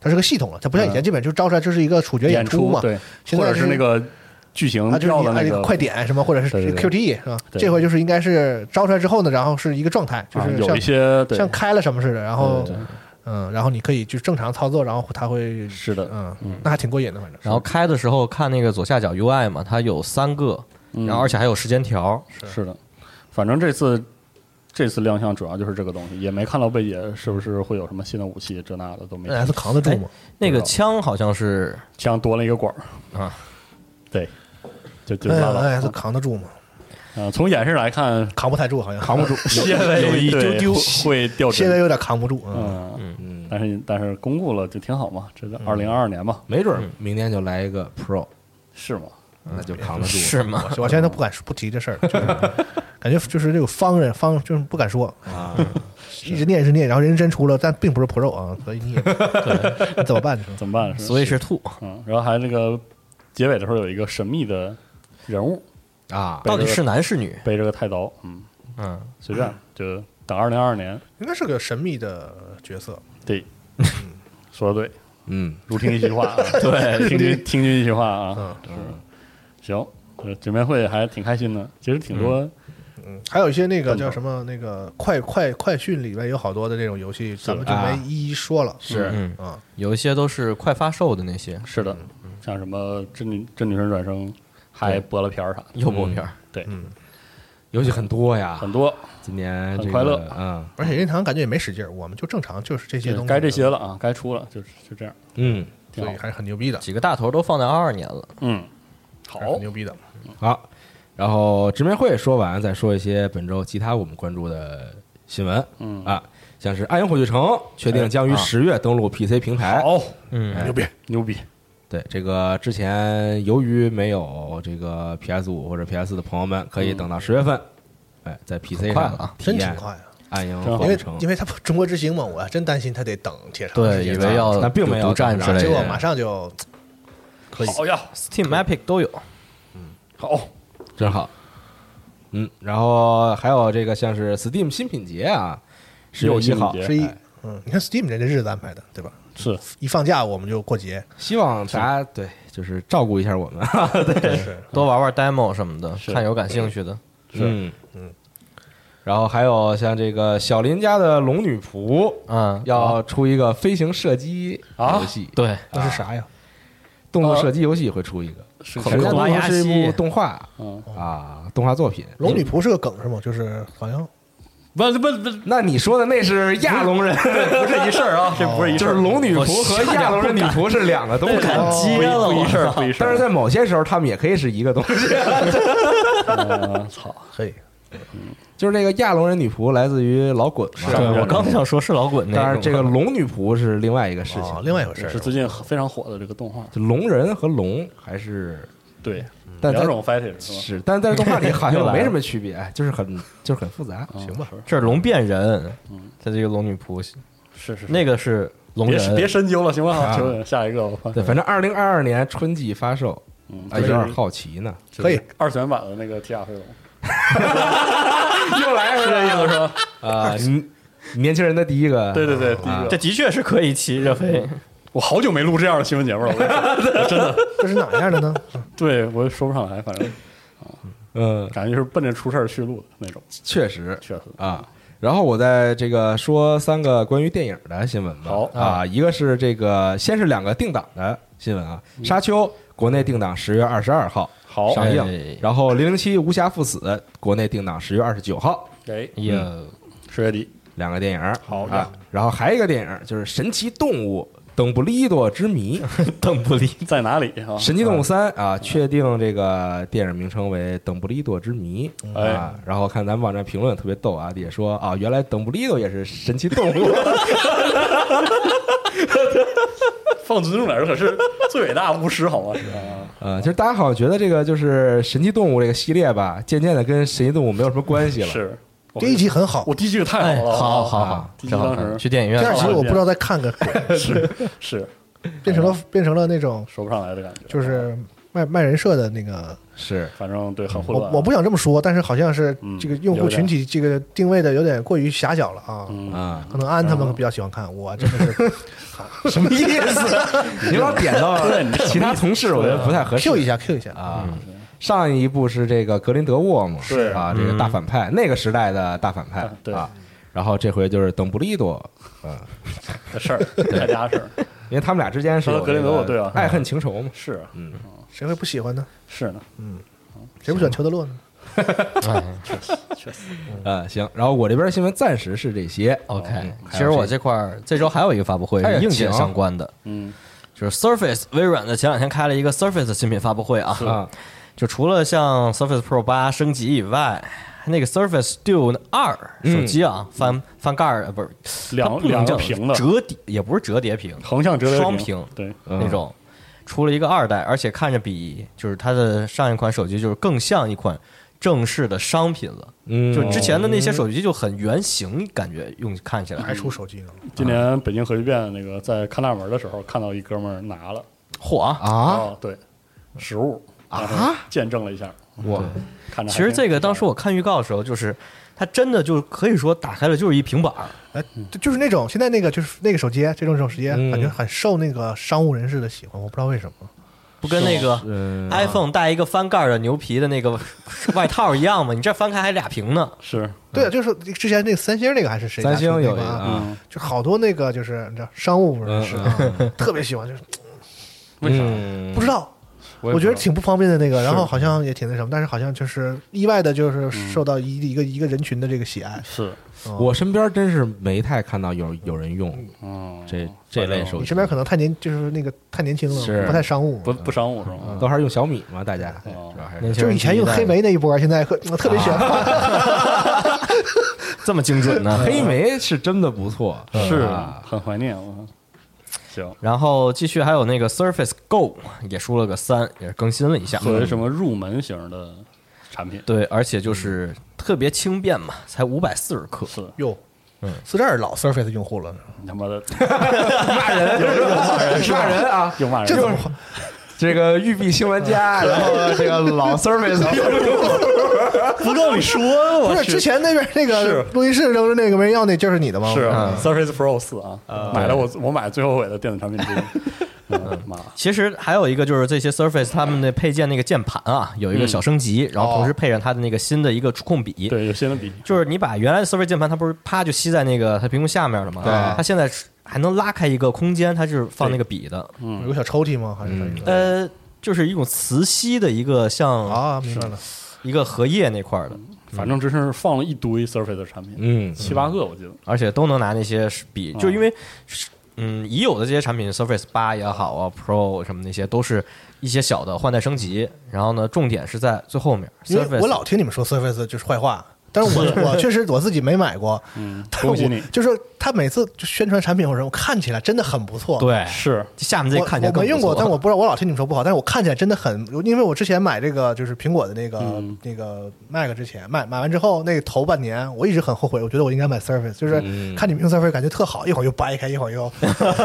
它是个系统了，它不像以前基本就招出来就是一个处决演嗯出嘛，对，现或在者是那个剧情啊，就是跳你的按那一个个快点什么，或者对是对对 QTE 是吧？对这回就是应该是招出来之后呢，然后是一个状态，就啊是有像一些对像开了什么似的，然后对对嗯，然后你可以就正常操作，然后它会是的嗯，那还挺过瘾的，反正然后开的时候看那个左下角 UI 嘛，它有三个，嗯然后而且还有时间条，是的，反正这次这次亮相主要就是这个东西，也没看到贝姐是不是会有什么新的武器，这那的都没那看。 S 扛得住吗？那个枪好像是枪多了一个管儿啊，对，就就那拉倒。哎 S 扛得住吗？啊，从演示来看，扛不太住，好像扛不住，些有微一丢丢 (laughs) 会掉 (laughs) 现在帧。有点扛不住，嗯，嗯，嗯，但是但是公布了就挺好嘛，这是二零二二年嘛，没准儿明年就来一个 Pro，是吗？那就扛得住。是吗？我现在都不敢说不提这事儿了，就是 (laughs) 感觉就是这个方人方就是不敢说啊，一直念一直念，然后人真出了，但并不是 Pro 啊，所以 (laughs) 你也你怎么办？你说怎么办？是所以是兔，嗯，然后还那个结尾的时候有一个神秘的人物啊，到底是男是女？背着个太刀，嗯，嗯，随便就等二零二二年，应该是个神秘的角色，对，说的对，嗯，如听一席话啊， (laughs) 对，听君听君一席话啊，是行，呃姐妹会还挺开心的，其实挺多，嗯嗯还有一些那个动叫作什么那个快快快讯里面有好多的这种游戏，咱们就啊没一一说了。是嗯嗯，啊，有一些都是快发售的那些，是的，像什么真女真女神转生，还播了片儿啥的，幽默片儿，游戏嗯很多呀，很多，今年这个很快乐啊，而且任天堂感觉也没使劲儿，我们就正常就是这些对东西，该这些了啊，该出了，就是就这样，嗯，挺所好以，还是很牛逼的，几个大头都放在二二年了，嗯，还好是，很牛逼的。好，然后直面会说完，再说一些本周其他我们关注的新闻嗯，啊，像是《暗影火炬城》确定将于哎啊十月登陆 PC 平台，好，嗯，牛逼！牛逼，对这个之前由于没有这个 PS 五或者 PS 的朋友们，可以等到十月份，哎，在 PC 快上了啊体真挺验《快啊！暗影真火炬好因为城》因为他不中国之行嘛，我真担心他得等铁长时对，间以才为要但并没有独占之啊类结果马的上就可以好呀， ，Steam、Epic 都有，好，真好。嗯，然后还有这个像是 Steam 新品节啊，十月又一新号品，节十一哎。嗯，你看 Steam 人家日子安排的，对吧？是一放假我们就过节，希望大家对就是照顾一下我们。啊是多玩玩 demo 什么的，是看有感兴趣的，是嗯嗯。然后还有像这个小林家的龙女仆嗯，要出一个飞行射击啊游戏，对，那是啥啊呀？动作射击游戏会出一个。是恐小林龙家拉龙雅是一西部动画嗯，啊，动画作品。龙女仆是个梗是吗？就是好像不不不，那你说的那是亚龙人，不是一事儿啊， (laughs) 这不是一就事是儿，龙女仆和亚龙人女仆是两个东西。敢接了，不一事儿，不一事 (laughs) 但儿是，在某些时候，他们也可以是一个东西。嗯操，可以就是这个亚龙人女仆来自于老滚嘛，是啊我刚想说是老滚那当然种这个龙女仆是另外一个事哦情。另外一回事这儿是最近非常火的这个动画，就龙人和龙还是，对，但嗯两在种 fighter 是吧？是，但是在动画里好 (laughs) 又像来了没什么区别，哎就是很就是很复杂。行吧， (laughs) 这是龙变人嗯，他这个龙女仆，是是是那个是龙别别人，深究了，行吧？啊 (laughs) 求你下一个，我看对，反正二零二二年春季发售，嗯，哎，有点好奇呢。可以， (laughs) 二次元版的那个铁甲飞龙，又来是这意思说 (laughs) 啊，你年轻人的第一个，对对对，第一啊个这，的确是可以骑热飞，我好久没录这样的新闻节目了，我跟你说这是哪样的呢？对我也说不上来，反正嗯，感觉就是奔着出事儿去录的那种，确实确实，啊。然后我在这个说三个关于电影的新闻吧。好啊，一个是这个，先是两个定档的新闻啊，《沙丘》国内定档十月二十二号好，上哎映，然后《零零七：无暇赴死》国内定档十月二十九号，哎，哎呀，嗯十月底，两个电影。好啊，然后还有一个电影就是《神奇动物：邓布利多之谜》， (laughs) 邓布利在哪里啊？《神奇动物三》啊，确定这个电影名称为《邓布利多之谜》哎啊。然后看咱们网站评论特别逗啊，也说啊，原来邓布利多也是神奇动 (laughs) 物。放尊重点儿，可是最伟大巫师，好吗？是啊，呃，就是大家好像觉得这个就是神奇动物这个系列吧，渐渐的跟神奇动物没有什么关系了。是我这一集很好，我第一句太哎，好了，好啊好啊好，第一正好当时去电影第院二看集看，我不知道在看个鬼，是 (laughs) 是变成了变成了那种说不上来的感觉，就是卖卖人设的那个。是反正对很混我乱，我不想这么说，但是好像是嗯这个用户群体这个定位的有点过于狭小了啊。嗯，啊，可能安他们比较喜欢看，我真的是什么意思你老点到其他同事，我觉得不太合适？Q 一下，Q 一下啊！啊。上一部是这个格林德沃嘛，是嗯啊，这个大反派，那个时代的大反派啊对啊。然后这回就是邓布利多，嗯，这事儿太家事儿因为他们俩之间是有格林德这个沃对啊爱恨情仇嘛。嗯是啊谁会不喜欢呢？是呢，谁不喜欢裘德洛呢？哎确实呃，行，然后我这边新闻暂时是这些。 ，OK 嗯。其实我这块儿这周还有一个发布会哎呀是硬件请相关的，嗯，就是 Surface 微软的前两天开了一个 Surface 新品发布会啊，啊，就除了像 Surface Pro 八升级以外，那个 Surface Duo 二手机啊，翻翻盖儿呃不是它两不能两叫个平的折叠也不是折叠屏，横向折叠双屏屏，对，嗯那种，出了一个二代，而且看着比就是它的上一款手机就是更像一款正式的商品了。嗯，就之前的那些手机就很圆形，感觉用看起来还出手机呢？今年北京核聚变那个在看大门的时候，看到一哥们儿拿了哦嚯啊！啊，对，实物啊，见证了一下，哇，看着还其实挺这个当时我看预告的时候，就是它真的就可以说打开了就是一平板儿，哎就就是那种现在那个就是那个手机，啊这种手机嗯感觉很受那个商务人士的喜欢，我不知道为什么。不跟那个嗯 iPhone 带一个翻盖儿的牛皮的那个外套一样吗？你这翻开还俩屏呢，是对啊，就是之前那个三星那个还是谁家三星出的那有一个啊啊嗯，就好多那个就是你知道商务人士啊， (laughs) 特别喜欢，就是为啥？嗯不知道，也我不知觉道得挺不方便的那个，然后是好像也挺那什么，但是好像就是意外的，就是受到一一个一个人群的这个喜爱。是，嗯嗯我身边真是没太看到有有人用嗯，这这类手你机，身边可能太年就是那个太年轻是了，不太商务。不不商务是吗？都还是用小米嘛，大家哦主要还是年哎轻就人是以前第一用代黑莓那一波，现在可我特别喜欢换。这么精准 (laughs) 呢。黑莓是真的不错， (laughs) 是啊很怀念我。行，然后继续还有那个 Surface Go 也出了个三，也是更新了一下。作为什么入门型的产品，对，而且就是特别轻便嘛，才五百四十克。是哟，四这儿老 Surface 用户了，你他妈的骂人，骂人，骂人啊！又骂这人怎了么，这个育碧新玩家， (laughs) 然后这个老 Surface 不够你说的， (laughs) 不我是去之前那边那个录音室留着那个没人要那就是你啊的吗？是 Surface Pro 四啊，买了我我买最后悔的电子产品 (laughs) 之一，嗯妈，其实还有一个就是这些 Surface 他们的配件那个键盘啊，有嗯一个小升级，然后同时哦配上它的那个新的一个触控笔。对，有新的笔，就是你把原来的 Surface 键盘，它不是啪就吸在那个它屏幕下面了吗？对它现在是还能拉开一个空间，它就是放那个笔的。有个小抽屉吗？还是啥意思？呃，就是一种磁吸的一个像啊，明白了。一个荷叶那块儿的，反正真是放了一堆 Surface 的产品，嗯，七八个我记得，而且都能拿那些笔，啊嗯就因为是嗯已有的这些产品，Surface 八也好啊，Pro 什么那些都是一些小的换代升级，然后呢，重点是在最后面。呃因为 Surface 我老听你们说 Surface 就是坏话，但 (laughs) 是我我确实我自己没买过，嗯，但是恭喜我你，就是他每次就宣传产品或者我看起来真的很不错，。对是下面这我看起来我更没用过，不错 (laughs) 但我不知道，我老听你们说不好，但是我看起来真的很，因为我之前买这个就是苹果的那个、嗯那个 Mac 之前买买完之后，那个头半年我一直很后悔，我觉得我应该买 Surface，就是嗯看你们用 Surface 感觉特好，一会儿又掰开，一 (laughs) 会儿又 (laughs)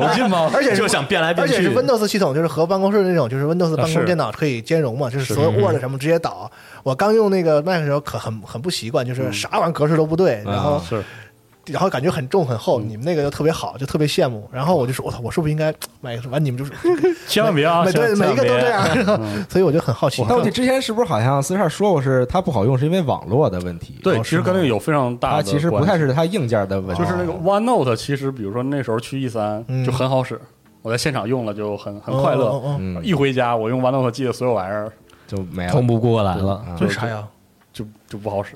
有劲 (laughs) 吗？而且是就想变来变而且去啊是。Windows 系统，就是和办公室那种，就是 Windows 办公是电脑可以兼容嘛，就是嗯所有 Word 什么直接导。我刚用那个 Mac 的时候，可很很不习惯，嗯就是啥玩意儿格式都不对，啊然后是然后感觉很重很厚，嗯你们那个就特别好，就特别羡慕。然后我就说，我操，我是不是应该买一啊个？完你们就是千万别啊，嗯每千对万每一个都千万别这样， (laughs) 所以我就很好奇。嗯但我记得之前是不是好像私下说过是它不好用，是因为网络的问题？对，其实跟那个有非常大它的其实不关系哦太是它硬件的问题，嗯就是那个 OneNote，其实比如说那时候去 E 三嗯就很好使，我在现场用了就很很快哦乐。哦哦嗯一回家我用 OneNote 记的所有玩意儿就没了通。不过来了，啊为啥呀？就就不好使，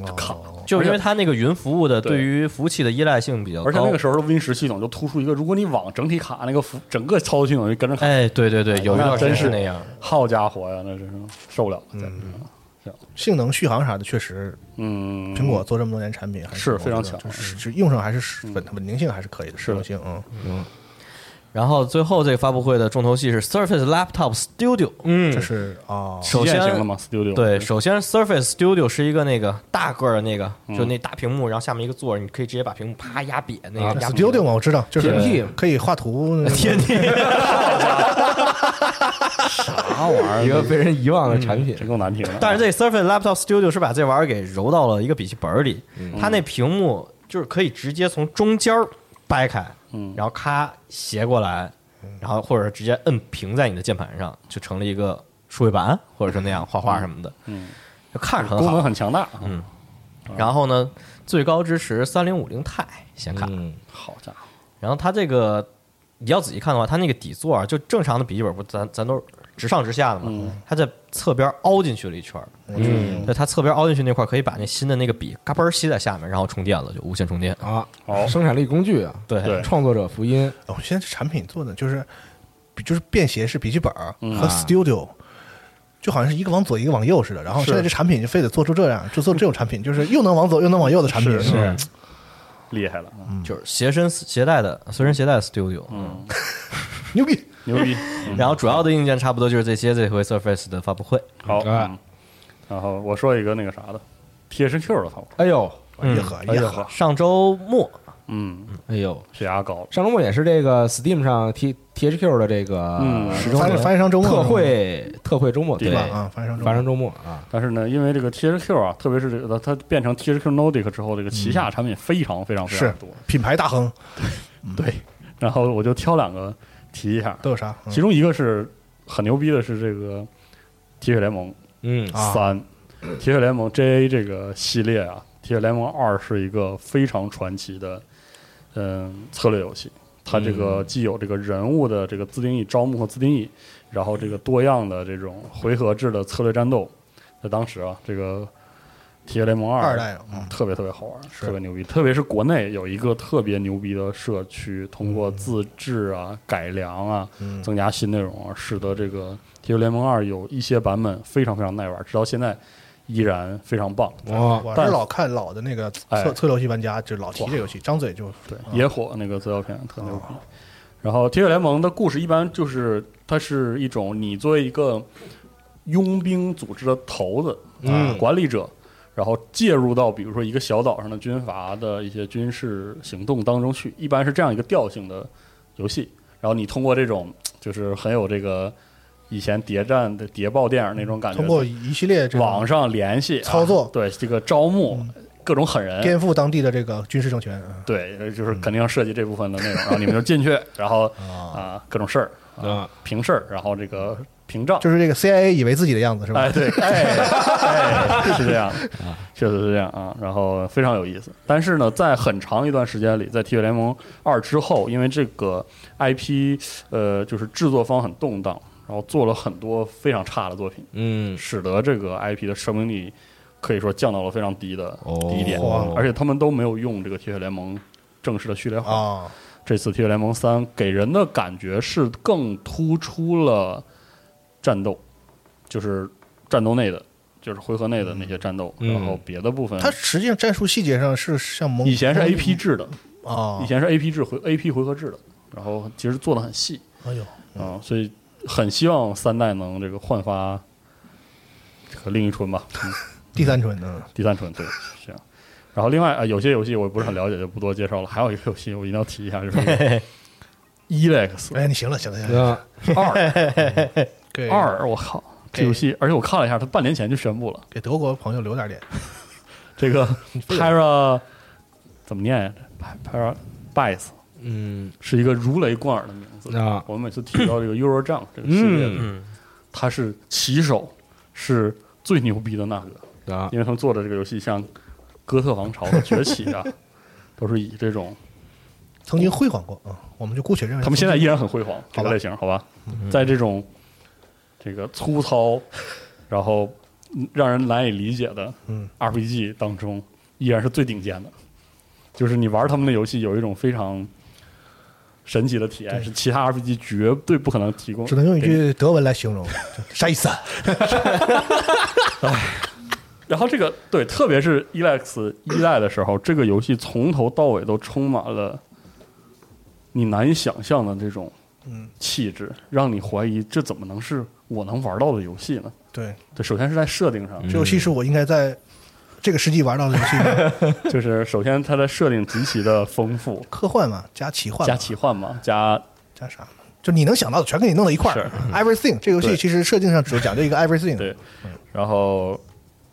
哦卡。就因为它那个云服务的对对于服务器的依赖性比较高，而且那个时候的 Win 十系统就突出一个，如果你网整体卡，那个服整个操作系统就跟着 (laughs) 卡。哎，对对对，有一段时间是那样。好家伙呀，那真是受不了了。嗯简直性能、续航啥的，确实嗯，苹果做这么多年产品还是非常强嗯就是就用上还是稳稳定性还是可以的，是实的用性嗯。然后最后这个发布会的重头戏是 Surface Laptop Studio，嗯这是哦，首旗先舰型的嘛，Studio 对，首先 Surface Studio 是一个那个大个儿的那个，就那大屏幕，然后下面一个座儿，你可以直接把屏幕啪压瘪，那个压扁 Studio 嘛，我知道，就是 TNT 可以画图。天梯 (laughs) 啥玩意 (laughs) 儿？一个被人遗忘的产品这，更难听了。但是这 Surface Laptop Studio 是把这玩意儿给揉到了一个笔记本儿里，它那屏幕就是可以直接从中间儿掰开，嗯然后咔斜过来，然后或者直接摁平在你的键盘上，就成了一个数位板，或者是那样画画什么的，嗯，就看着很功能啊好。很强大。嗯然后呢，最高支持三零五零 i 显卡，嗯，好家伙，然后它这个你要仔细看的话，它那个底座啊，就正常的笔记本不咱咱都是直上直下的嘛，嗯它在侧边凹进去了一圈儿，嗯对，它侧边凹进去那块儿可以把那新的那个笔嘎嘣儿吸在下面，然后充电了，就无线充电。啊，好生产力工具啊，对对创作者福音，我现在这产品做的就是，比就是便携式笔记本儿嗯和 Studio，就好像是一个往左一个往右似的。然后是现在这产品就非得做出这样，就做这种产品，就是又能往左又能往右的产品。是厉害了，嗯就是携身携带的随身携带的 Studio，嗯， (laughs) (laughs) 牛逼！牛 (laughs) 逼。嗯然后主要的硬件差不多就是这些，这回 Surface 的发布会，好，哎嗯然后我说一个那个啥的，THQ 的操，哎呦，耶呵哎耶呵，上周末嗯，哎呦，血压高了，上周末也是这个 Steam 上 T T H Q 的这个嗯时钟发发行商周末特惠特惠周末地对吧？方啊，发生发生周末啊，但是呢，因为这个 THQ 啊，特别是这个它它变成 THQ Nordic 之后，这个旗嗯下产品非常非常非常多。品牌大亨对，然后我就挑两个提一下，都有啥？嗯其中一个是很牛逼的，是这个《铁血联盟嗯啊三》，《铁血联盟 JA》这个系列啊，《铁血联盟二》是一个非常传奇的，嗯，策略游戏。它这个嗯既有这个人物的这个自定义招募和自定义，然后这个多样的这种回合制的策略战斗，在当时啊，这个《铁血联盟二》二代，嗯，特别特别好玩，特别牛逼。特别是国内有一个特别牛逼的社区，通过自制啊、改良啊、嗯增加新内容啊，使得这个《铁血联盟二》有一些版本非常非常耐玩，直到现在依然非常棒。 (laughs) 哇，我但是是老看老的那个哎策策略游戏玩家，就老提这游戏，张嘴就对，野火那个资料片特牛逼。然后《铁血联盟》的故事一般就是，它是一种你作为一个佣兵组织的头子、啊嗯管理者，然后介入到比如说一个小岛上的军阀的一些军事行动当中去，一般是这样一个调性的游戏。然后你通过这种就是很有这个以前谍战的谍报电影那种感觉，通过一系列这网种上联系啊操作嗯对这个招募各种狠人，颠覆当地的这个军事政权，嗯对，就是肯定要涉及这部分的内容，然后你们就进去， (laughs) 然后嗯啊各种事儿啊，平事儿，然后这个屏障，就是这个 CIA 以为自己的样子是吧？哎 (laughs) 对，哎哎是这样，确实是这样啊，然后非常有意思。但是呢，在很长一段时间里，在《铁血联盟二》之后，因为这个 IP 呃就是制作方很动荡，然后做了很多非常差的作品，嗯，使得这个 IP 的生命力可以说降到了非常低的哦低点，哇而且他们都没有用这个《铁血联盟》正式的序列化。啊，这次《铁血联盟三》给人的感觉是更突出了战斗，就是战斗内的，就是回合内的那些战斗，嗯然后别的部分，它实际上战术细节上是像蒙嗯以前是 A P 制的，啊以，前是 A P 制回 A P 回合制的，然后其实做的很细哎呦，啊、所以很希望三代能这个焕发这个另一春吧，嗯第三春嗯，第三春对，是这样。然后另外啊、有些游戏我不是很了解，就不多介绍了。还有一个游戏我一定要提一下，就是 E Elex 哎，你行了行了行了，啊，二。给二，我靠，这游戏！而且我看了一下，它半年前就宣布了，给德国朋友留点脸，这个 Para 怎么念呀？Para Bites 嗯是一个如雷贯耳的名字。啊我们每次提到这个 Euro 账这个系列，嗯它是旗手，是最牛逼的那个，啊，因为他们做的这个游戏像哥特王朝的崛起啊，都是以这种，曾经辉煌过啊，我们就姑且认为他们现在依然很辉煌，这个吧嗯类型，好吧，在这种这个粗糙，然后嗯让人难以理解的嗯 RPG 当中依然是最顶尖的。就是你玩他们的游戏，有一种非常神奇的体验，是其他 RPG 绝对不可能提供。只能用一。句德文来形容，就啥意思啊？然后这个对，特别是 EX 一代的时候，这个游戏从头到尾都充满了你难以想象的这种嗯气质，让你怀疑这怎么能是我能玩到的游戏呢？ (laughs) 对，嗯对，首先是在设定上，这游戏是我应该在这个世纪玩到的游戏吗，就是首先它的设定极其的丰富，科幻嘛，加奇幻嘛，加奇幻嘛，加加啥？就你能想到的全给你弄到一块儿，everything。这游戏对其实设定上只讲究一个 everything，对，然后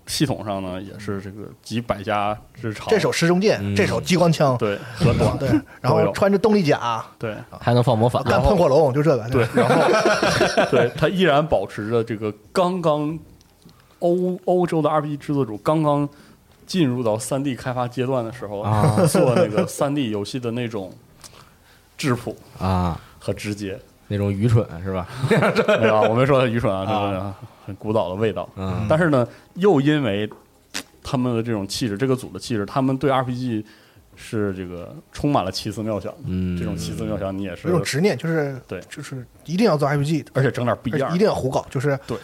系统上呢也是这个集百家之长，这手石中剑，这手激光枪，嗯对和短 (laughs) 对，然都后有穿着动力甲，对啊还能放魔法，干喷火龙，就这个。对，，(laughs) 然后对它依然保持着这个刚刚欧欧洲的 RPG 制作组刚刚进入到三 D 开发阶段的时候啊做那个三 D 游戏的那种质朴啊，和直接，那种愚蠢是吧？没有啊，我没说他愚蠢啊，就是很古老的味道。嗯但是呢，又因为他们的这种气质，这个组的气质，他们对 RPG 是这个充满了奇思妙想的。嗯这种奇思妙想，你也是有一，种执念，就是呃对就是一定要做 RPG，而且整点不一而样且一。定要胡搞，就是对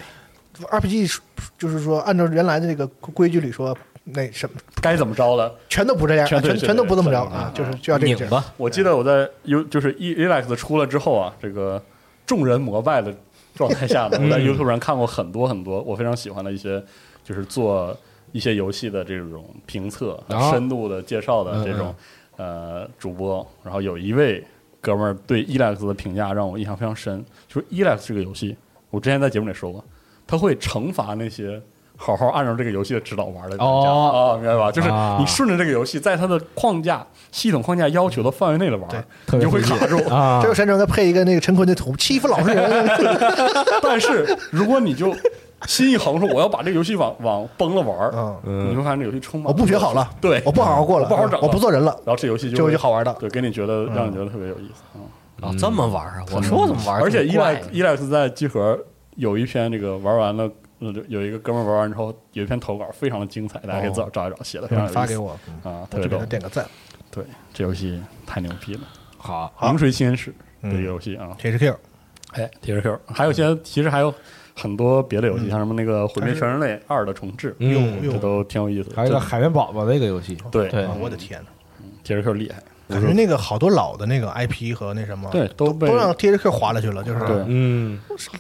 RPG 是就是说按照原来的那个规矩里说，那什么该怎么着了？全都不这样，全全对对全都不这么着对对啊，对就是就要这个拧劲儿。吧，我记得我在 U 就是 E Relax 出了之后啊，这个众人膜拜的状态下呢，我在 YouTube 上看过很多很多我非常喜欢的一些，就是做一些游戏的这种评测、啊深度的介绍的这种呃主播，然后有一位哥 E 们儿对 Elax 的评价让我印象非常深，就是 Elax 这个游戏，我之前在节目里说过，他会惩罚那些好好按照这个游戏的指导玩的玩家哦啊，明白吧？就是啊你顺着这个游戏，在它的框架、系统框架要求的范围内的对玩，特你别就会理解卡住。啊这个山城再配一个那个陈坤的图，欺负老实人。但是如果你就心一横，说我要把这个游戏往往崩了玩儿，嗯，你会发现这游戏充满我不学好了，对，我不好好过了，我不好好整了我不做人了，然后这游戏这游戏会好玩嗯的。对，给你觉得让你觉得特别有意思。嗯啊，这么玩啊！我说我怎么玩儿而且这么伊怪莱伊莱斯在集合有一篇这个玩完了，呃有一个哥们儿玩完之后有一篇投稿非常的精彩，大家可以自找找一找，写的非常有意思哦发给我，嗯啊，特我别这给他逗。点个赞。对，这游戏太牛逼了，好， 《名垂千史》这嗯个游戏啊，嗯 T H Q，哎，T S Q，还有一些其实还有很多别的游戏，像什么那个《毁灭全人类二》的重置，嗯又这都挺有意思的。还有一个这海绵宝宝那个游戏，对嗯对啊我的天哪！ T S Q 厉害，感觉那个好多老的那个 IP 和那什么，嗯对都都被都让 T H Q 划了去了，就是对嗯，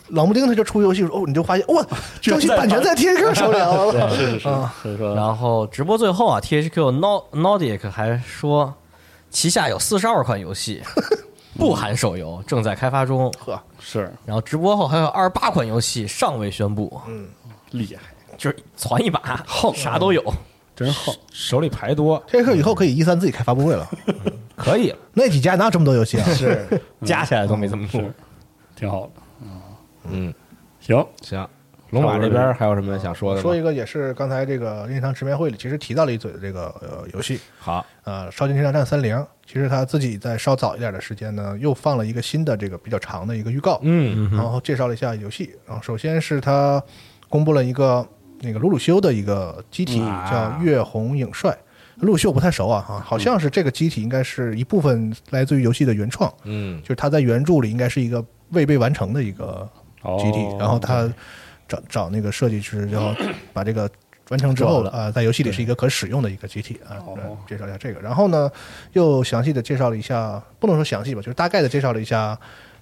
冷不丁他就出游戏，哦，你就发现哇，这游戏版权在 T H Q 手里了，是是是啊，所以说然后直播最后啊，THQ Nord- Nordic 还说，旗下有四十二款 (laughs) 游戏，不含手游，正在开发中。呵，是然后直播后还有二十八款游戏尚未宣布，嗯厉害，就是攒一把，啥都有。真横。手里牌多 T H Q 以后可以一三自己开发布会了，可以，那几家哪有这么多游戏啊？是，加起来都没这么多。是，挺好的。啊嗯，行，行。龙马这边还有什么想说的吗？ (laughs) 说一个也是刚才这个任天堂直面会里其实提到了一嘴的这个呃游戏，好，呃，《烧金天堂战三零》，其实他自己在稍早一点的时间呢，又放了一个新的这个比较长的一个预告，嗯，然后介绍了一下游戏。然后首先是他公布了一个那个鲁鲁修的一个机嗯体，叫啊月红影帅。鲁鲁修不太熟啊，啊，好像是这个机体应该是一部分来自于游戏的原创，嗯，就是他在原著里应该是一个未被完成的一个机体，哦然后他找找那个设计师， (clears throat) 然后把这个完成之做后了啊、呃在游戏里是一个可使用的一个机体啊、哦呃介绍一下这个，然后呢，又详细的介绍了一下，不能说详细吧，就是大概的介绍了一下，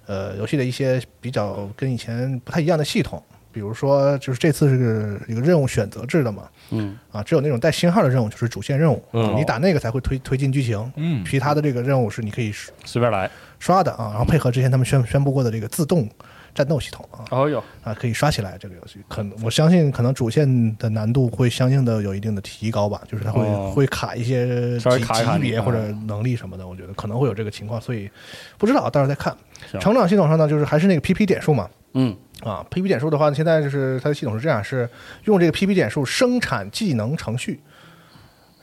呃，游戏的一些比较跟以前不太一样的系统，比如说就是这次是一个任务选择制的嘛，嗯，啊，只有那种带星号的任务就是主线任务，嗯你打那个才会推推进剧情，嗯其他的这个任务是你可以随便来。刷的啊，然后配合之前他们宣宣布过的这个自动战斗系统啊，哦哟，啊，可以刷起来这个游戏，可能我相信可能主线的难度会相应的有一定的提高吧，就是它会、哦会卡一些级稍微卡一卡级别你嗯或者能力什么的，我觉得可能会有这个情况，所以不知道，到时候再看。行成长系统上呢，就是还是那个 PP 点数嘛，嗯，啊，PP 点数的话，现在就是它的系统是这样，是用这个 PP 点数生产技能程序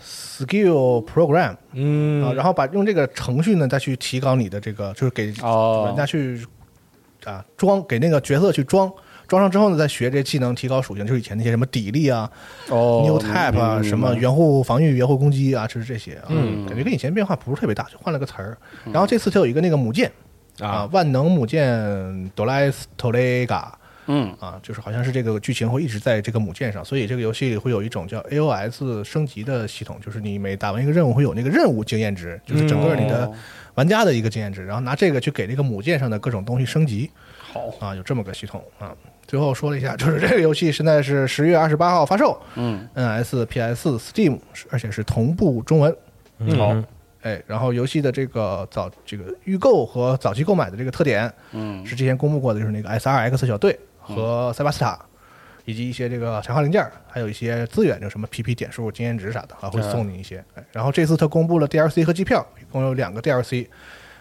skill program，嗯、啊，然后把用这个程序呢再去提高你的这个，就是给哦玩家去啊装给那个角色去装，装上之后呢，再学这技能提高属性，就是以前那些什么砥砺啊、哦 new type 啊、什么援护防御、援护攻击啊，就是这些啊，嗯感觉跟以前变化不是特别大，就换了个词儿。然后这次它有一个那个母舰啊，万能母舰朵莱斯托雷嘎。嗯，啊，就是好像是这个剧情会一直在这个母舰上，所以这个游戏里会有一种叫 AOS 升级的系统，就是你每打完一个任务会有那个任务经验值，就是整个你的哦玩家的一个经验值，然后拿这个去给这个母舰上的各种东西升级好，啊，有这么个系统啊。最后说了一下，就是这个游戏现在是十月二十八号发售嗯， ，NS、PS、Steam，是而且是同步中文。好，哎，然后游戏的这个早这个预购和早期购买的这个特点，嗯，是之前公布过的，就是那个 SRX 小队和塞巴斯塔，以及一些这个强化零件，还有一些资源，就什么 PP 点数、经验值啥的，啊还会送你一些。哎然后这次他公布了 DLC 和机票，一共有两个 DLC，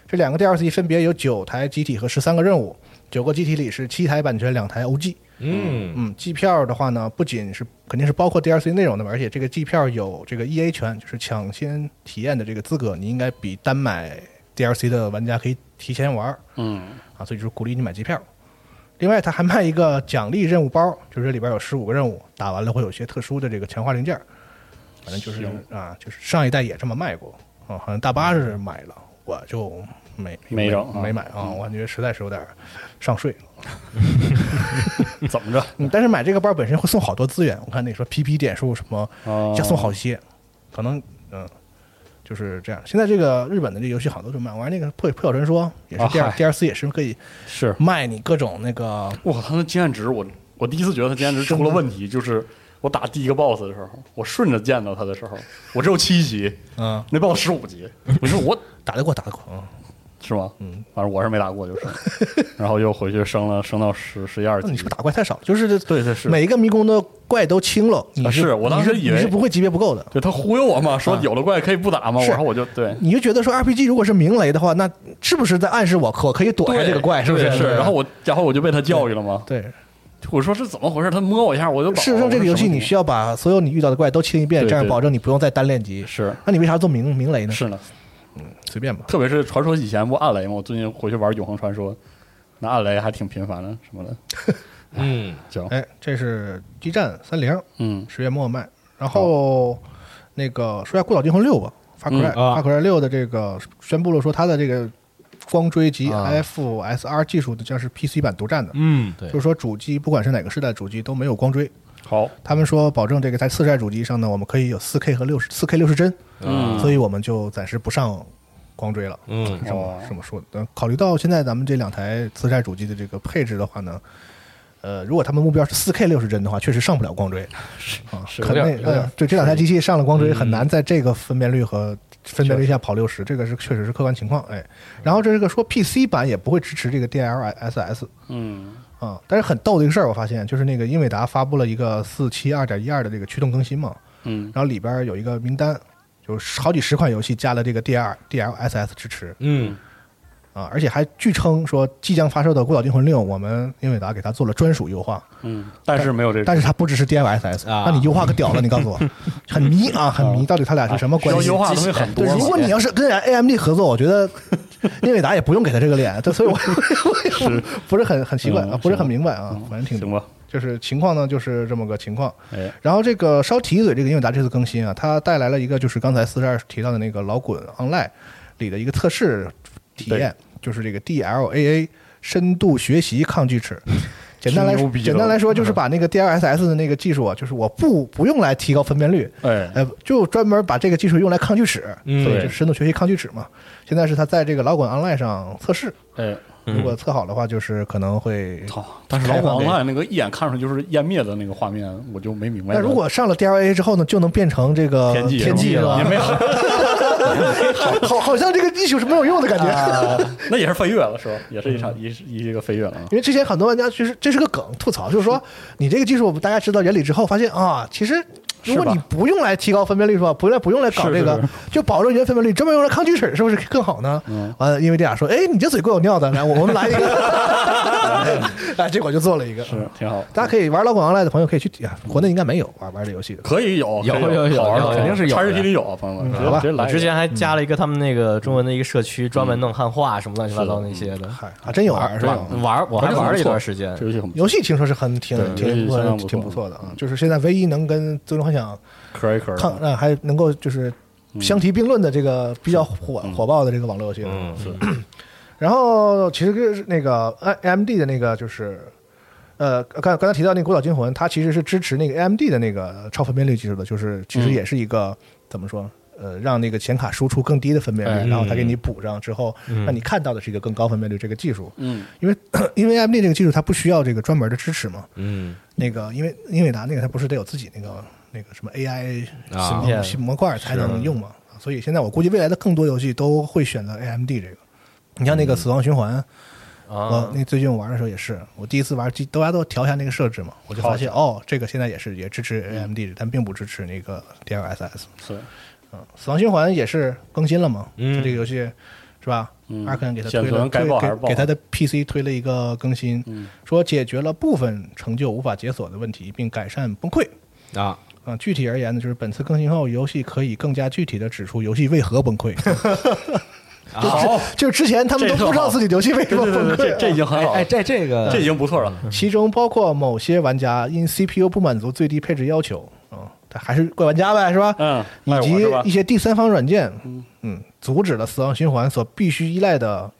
这两个 DLC 分别有九台机体和十三个任务，九个机体里是七台版权，两台 OG。嗯，嗯，机票的话呢，不仅是肯定是包括 DLC 内容的嘛，而且这个机票有这个 EA 权，就是抢先体验的这个资格，你应该比单买 DLC 的玩家可以提前玩儿。嗯，啊，所以就是鼓励你买机票。另外，他还卖一个奖励任务包，就是这里边有十五个任务，打完了会有一些特殊的这个强化零件儿。反正就是行啊，就是上一代也这么卖过啊，好像大巴是买了，我就没没整啊没买啊，我感觉实在是有点上税。 (laughs) 怎么着？嗯但是买这个包本身会送好多资源，我看那说 PP 点数什么哦加送好些，可能嗯就是这样。现在这个日本的这游戏好多都卖，我玩那个破破晓传说也是啊 D 嗨 D R C 也是可以是，卖你各种那个哇，他的经验值，我我第一次觉得他经验值出了问题，就是我打第一个 BOSS 的时候，我顺着见到他的时候，我只有七级，嗯。 (laughs) 那 BOSS 十五级，我说我打得过，打得过，嗯，是吗？嗯，反正我是没打过，就是， (laughs) 然后又回去升了，升到十十一二那级你。是不是打怪太少了？就是这对对是，每一个迷宫的怪都清了，你啊是我当时你是以为你是不会级别不够的，对他忽悠我嘛，说啊有了怪可以不打嘛，是然后我就 (laughs) 对。你就觉得说 RPG 如果是明雷的话，那是不是在暗示我可我可以躲开这个怪？是不对是？是，对然后我，然后我就被他教育了嘛。对，我说是怎么回事？他摸我一下，我就事实上这个游戏你需要要把所有你遇到的怪都清一遍，对这样对保证你不用再单练级。是那你为啥做明明雷呢？是呢，随便吧。特别是传说以前不暗雷嘛，我最近回去玩永恒传说，那暗雷还挺频繁的什么的。嗯，就哎，这是激战三零嗯十月末卖，然后那个说一下《孤岛惊魂六》吧，发奎嗯尔啊发奎尔六的这个宣布了说它的这个光追及啊 FSR 技术的将是 PC 版独占的，嗯，对就是说主机不管是哪个世代的主机都没有光追。好，他们说保证这个在次世代主机上呢，我们可以有四 K 和六十四 K 六十帧，嗯所以我们就暂时不上光追了。嗯，这么哦这么说的。但考虑到现在咱们这两台次世代主机的这个配置的话呢，呃，如果他们目标是四 K 六十帧的话，确实上不了光追啊，是肯有定点有点呃，对这两台机器上了光追，嗯很难在这个分辨率和分辨率下跑六十，这个是确实是客观情况。哎，然后这是个说 PC 版也不会支持这个 DLSS 嗯啊，但是很逗的一个事儿，我发现就是那个英伟达发布了一个四七二点一二的这个驱动更新嘛，嗯然后里边儿有一个名单，有十好几十款游戏加了这个 DL DLSS 支持，嗯，啊，而且还据称说即将发售的《孤岛惊魂六》，我们英伟达给它做了专属优化，嗯，但是没有这个，但是它不支持 DLSS，、啊那你优化个屌了，你告 (laughs) 诉我，很迷啊，很迷，到底它俩是什么关要系？优化的东西很多对，如嘛。果你要是跟人家 AMD 合作，我觉得英伟达也不用给他这个脸，对所以我 (laughs) 我我不是很很奇怪嗯啊，不是很是明白啊，反正挺行吧，就是情况呢，就是这么个情况。哎，然后这个稍提一嘴，这个英伟达这次更新啊，它带来了一个就是刚才四十二提到的那个老滚 Online 里的一个测试体验，就是这个 DLAA 深度学习抗 (laughs) 锯齿。简单来挺牛逼的简单来 (laughs) 说，就是把那个 DLSS 的那个技术啊，就是我不不用来提高分辨率，哎，呃，就专门把这个技术用来抗锯齿，嗯所以就是深度学习抗锯齿嘛。现在是它在这个老滚 Online 上测试，哎，嗯如果测好的话，就是可能会操！但是老广赖那个一眼看上去就是湮灭的那个画面，我就没明白。那如果上了 DLA 之后呢，就能变成这个天际天际是吧也了，没 (laughs) 好好好像这个技术是没有用的感觉。 (laughs) 那也是飞跃了，是吧？也是一嗯场一一个飞跃了啊。 (laughs) 因为之前很多玩家其实这是个梗吐槽，就是说你这个技术大家知道原理之后，发现啊，其实如果是吧你不用来提高分辨率是吧？不用不用来搞这个是是，就保证原分辨率，专门用来抗锯齿是不是更好呢？完了，因为这俩说，哎，你这嘴够有尿的，来，我我们来一个， (laughs) 哎，结果就做了一个。是挺好，大家可以玩老广 online 的朋友可以去体，啊国内应该没有玩玩这游戏的。可以有有可以有有好玩有的肯定是有叉的 G P 里有，朋友们，嗯直接好吧直接我来。之前还加了一个他们那个中文的一个社区，专门弄汉化什么乱七八糟那些的。嗨，啊还真有玩嗯是吧？玩儿我还反正玩很了不一错段时间，这游戏很不错游戏听说是很挺对游戏挺相当不错嗯挺不错的啊，就是现在唯一能跟《最终幻想可以可以。抗呃还能够就是相提并论的这个比较火嗯火爆的这个网络游戏了。嗯，是， (clears throat) 然后其实跟那个 AMD 的那个就是。呃，刚刚才提到那个《孤岛惊魂》，它其实是支持那个 AMD 的那个超分辨率技术的，就是其嗯实也是一个、怎么说，呃，让那个显卡输出更低的分辨率，哎然后它给你补上之后，嗯让你看到的是一个更高分辨率这个技术。嗯，因为 (clears throat) 因为 AMD 这个技术它不需要这个专门的支持嘛，嗯，那个因为英伟达那个它不是得有自己那个那个什么 AI 啊芯片模块才能用嘛，所以现在我估计未来的更多游戏都会选择 AMD 这个。你像嗯那个死亡循环，啊我，那最近我玩的时候也是，我第一次玩，大家都调一下那个设置嘛，我就发现哦，这个现在也是也支持嗯 AMD，的但并不支持那个 DLSS。是，嗯，死亡循环也是更新了嘛，嗯它这个游戏是吧？嗯阿肯给它显推了存该爆还是推爆给给它的 PC 推了一个更新，嗯说解决了部分成就无法解锁的问题，并改善崩溃。啊，啊，具体而言呢，就是本次更新后，游戏可以更加具体的指出游戏为何 (laughs) 崩溃。好，就是之前他们都这个不知道好自己游戏为什对么对崩对，这溃啊，这已经很哎好了嗯哎，，这这个这已经不错了。其中包括某些玩家因 CPU 不满足最低配置要求，啊，他还是怪玩家呗，是吧？嗯，赖以我及是吧一？些第三方软件嗯，嗯，阻止了死亡循环所必须依赖的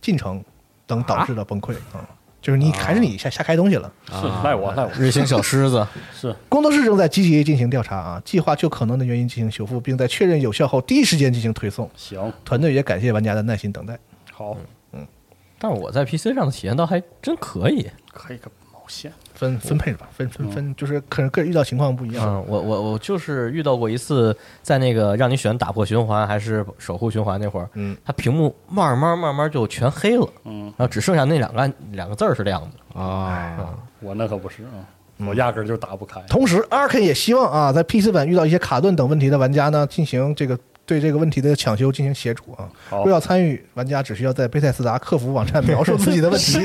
进程等导致的崩溃啊、就是你还是你瞎瞎开东西了。是赖啊我赖我日行小狮子，是工作室正在积极进行调查啊，计划就可能的原因进行修复，并在确认有效后第一时间进行推送。行团队也感谢玩家的耐心等待。好，但是我在 PC 上的体验倒还真可以，可以个毛限。分分配吧，分分分，就是可能个人遇到情况不一样。嗯，我我我就是遇到过一次，在那个让你选打破循环还是守护循环那会儿，嗯，它屏幕慢慢慢慢就全黑了，嗯，然后只剩下那两个按两个字儿是亮的。啊，我那可不是啊，嗯我压根儿就打不开。 (laughs) 同时，Ark 也希望啊，在 PC 版遇到一些卡顿等问题的玩家呢，进行这个对这个问题的抢修进行协助啊。好若要参与，玩家只需要在贝塞斯达客服网站描述自己的问题，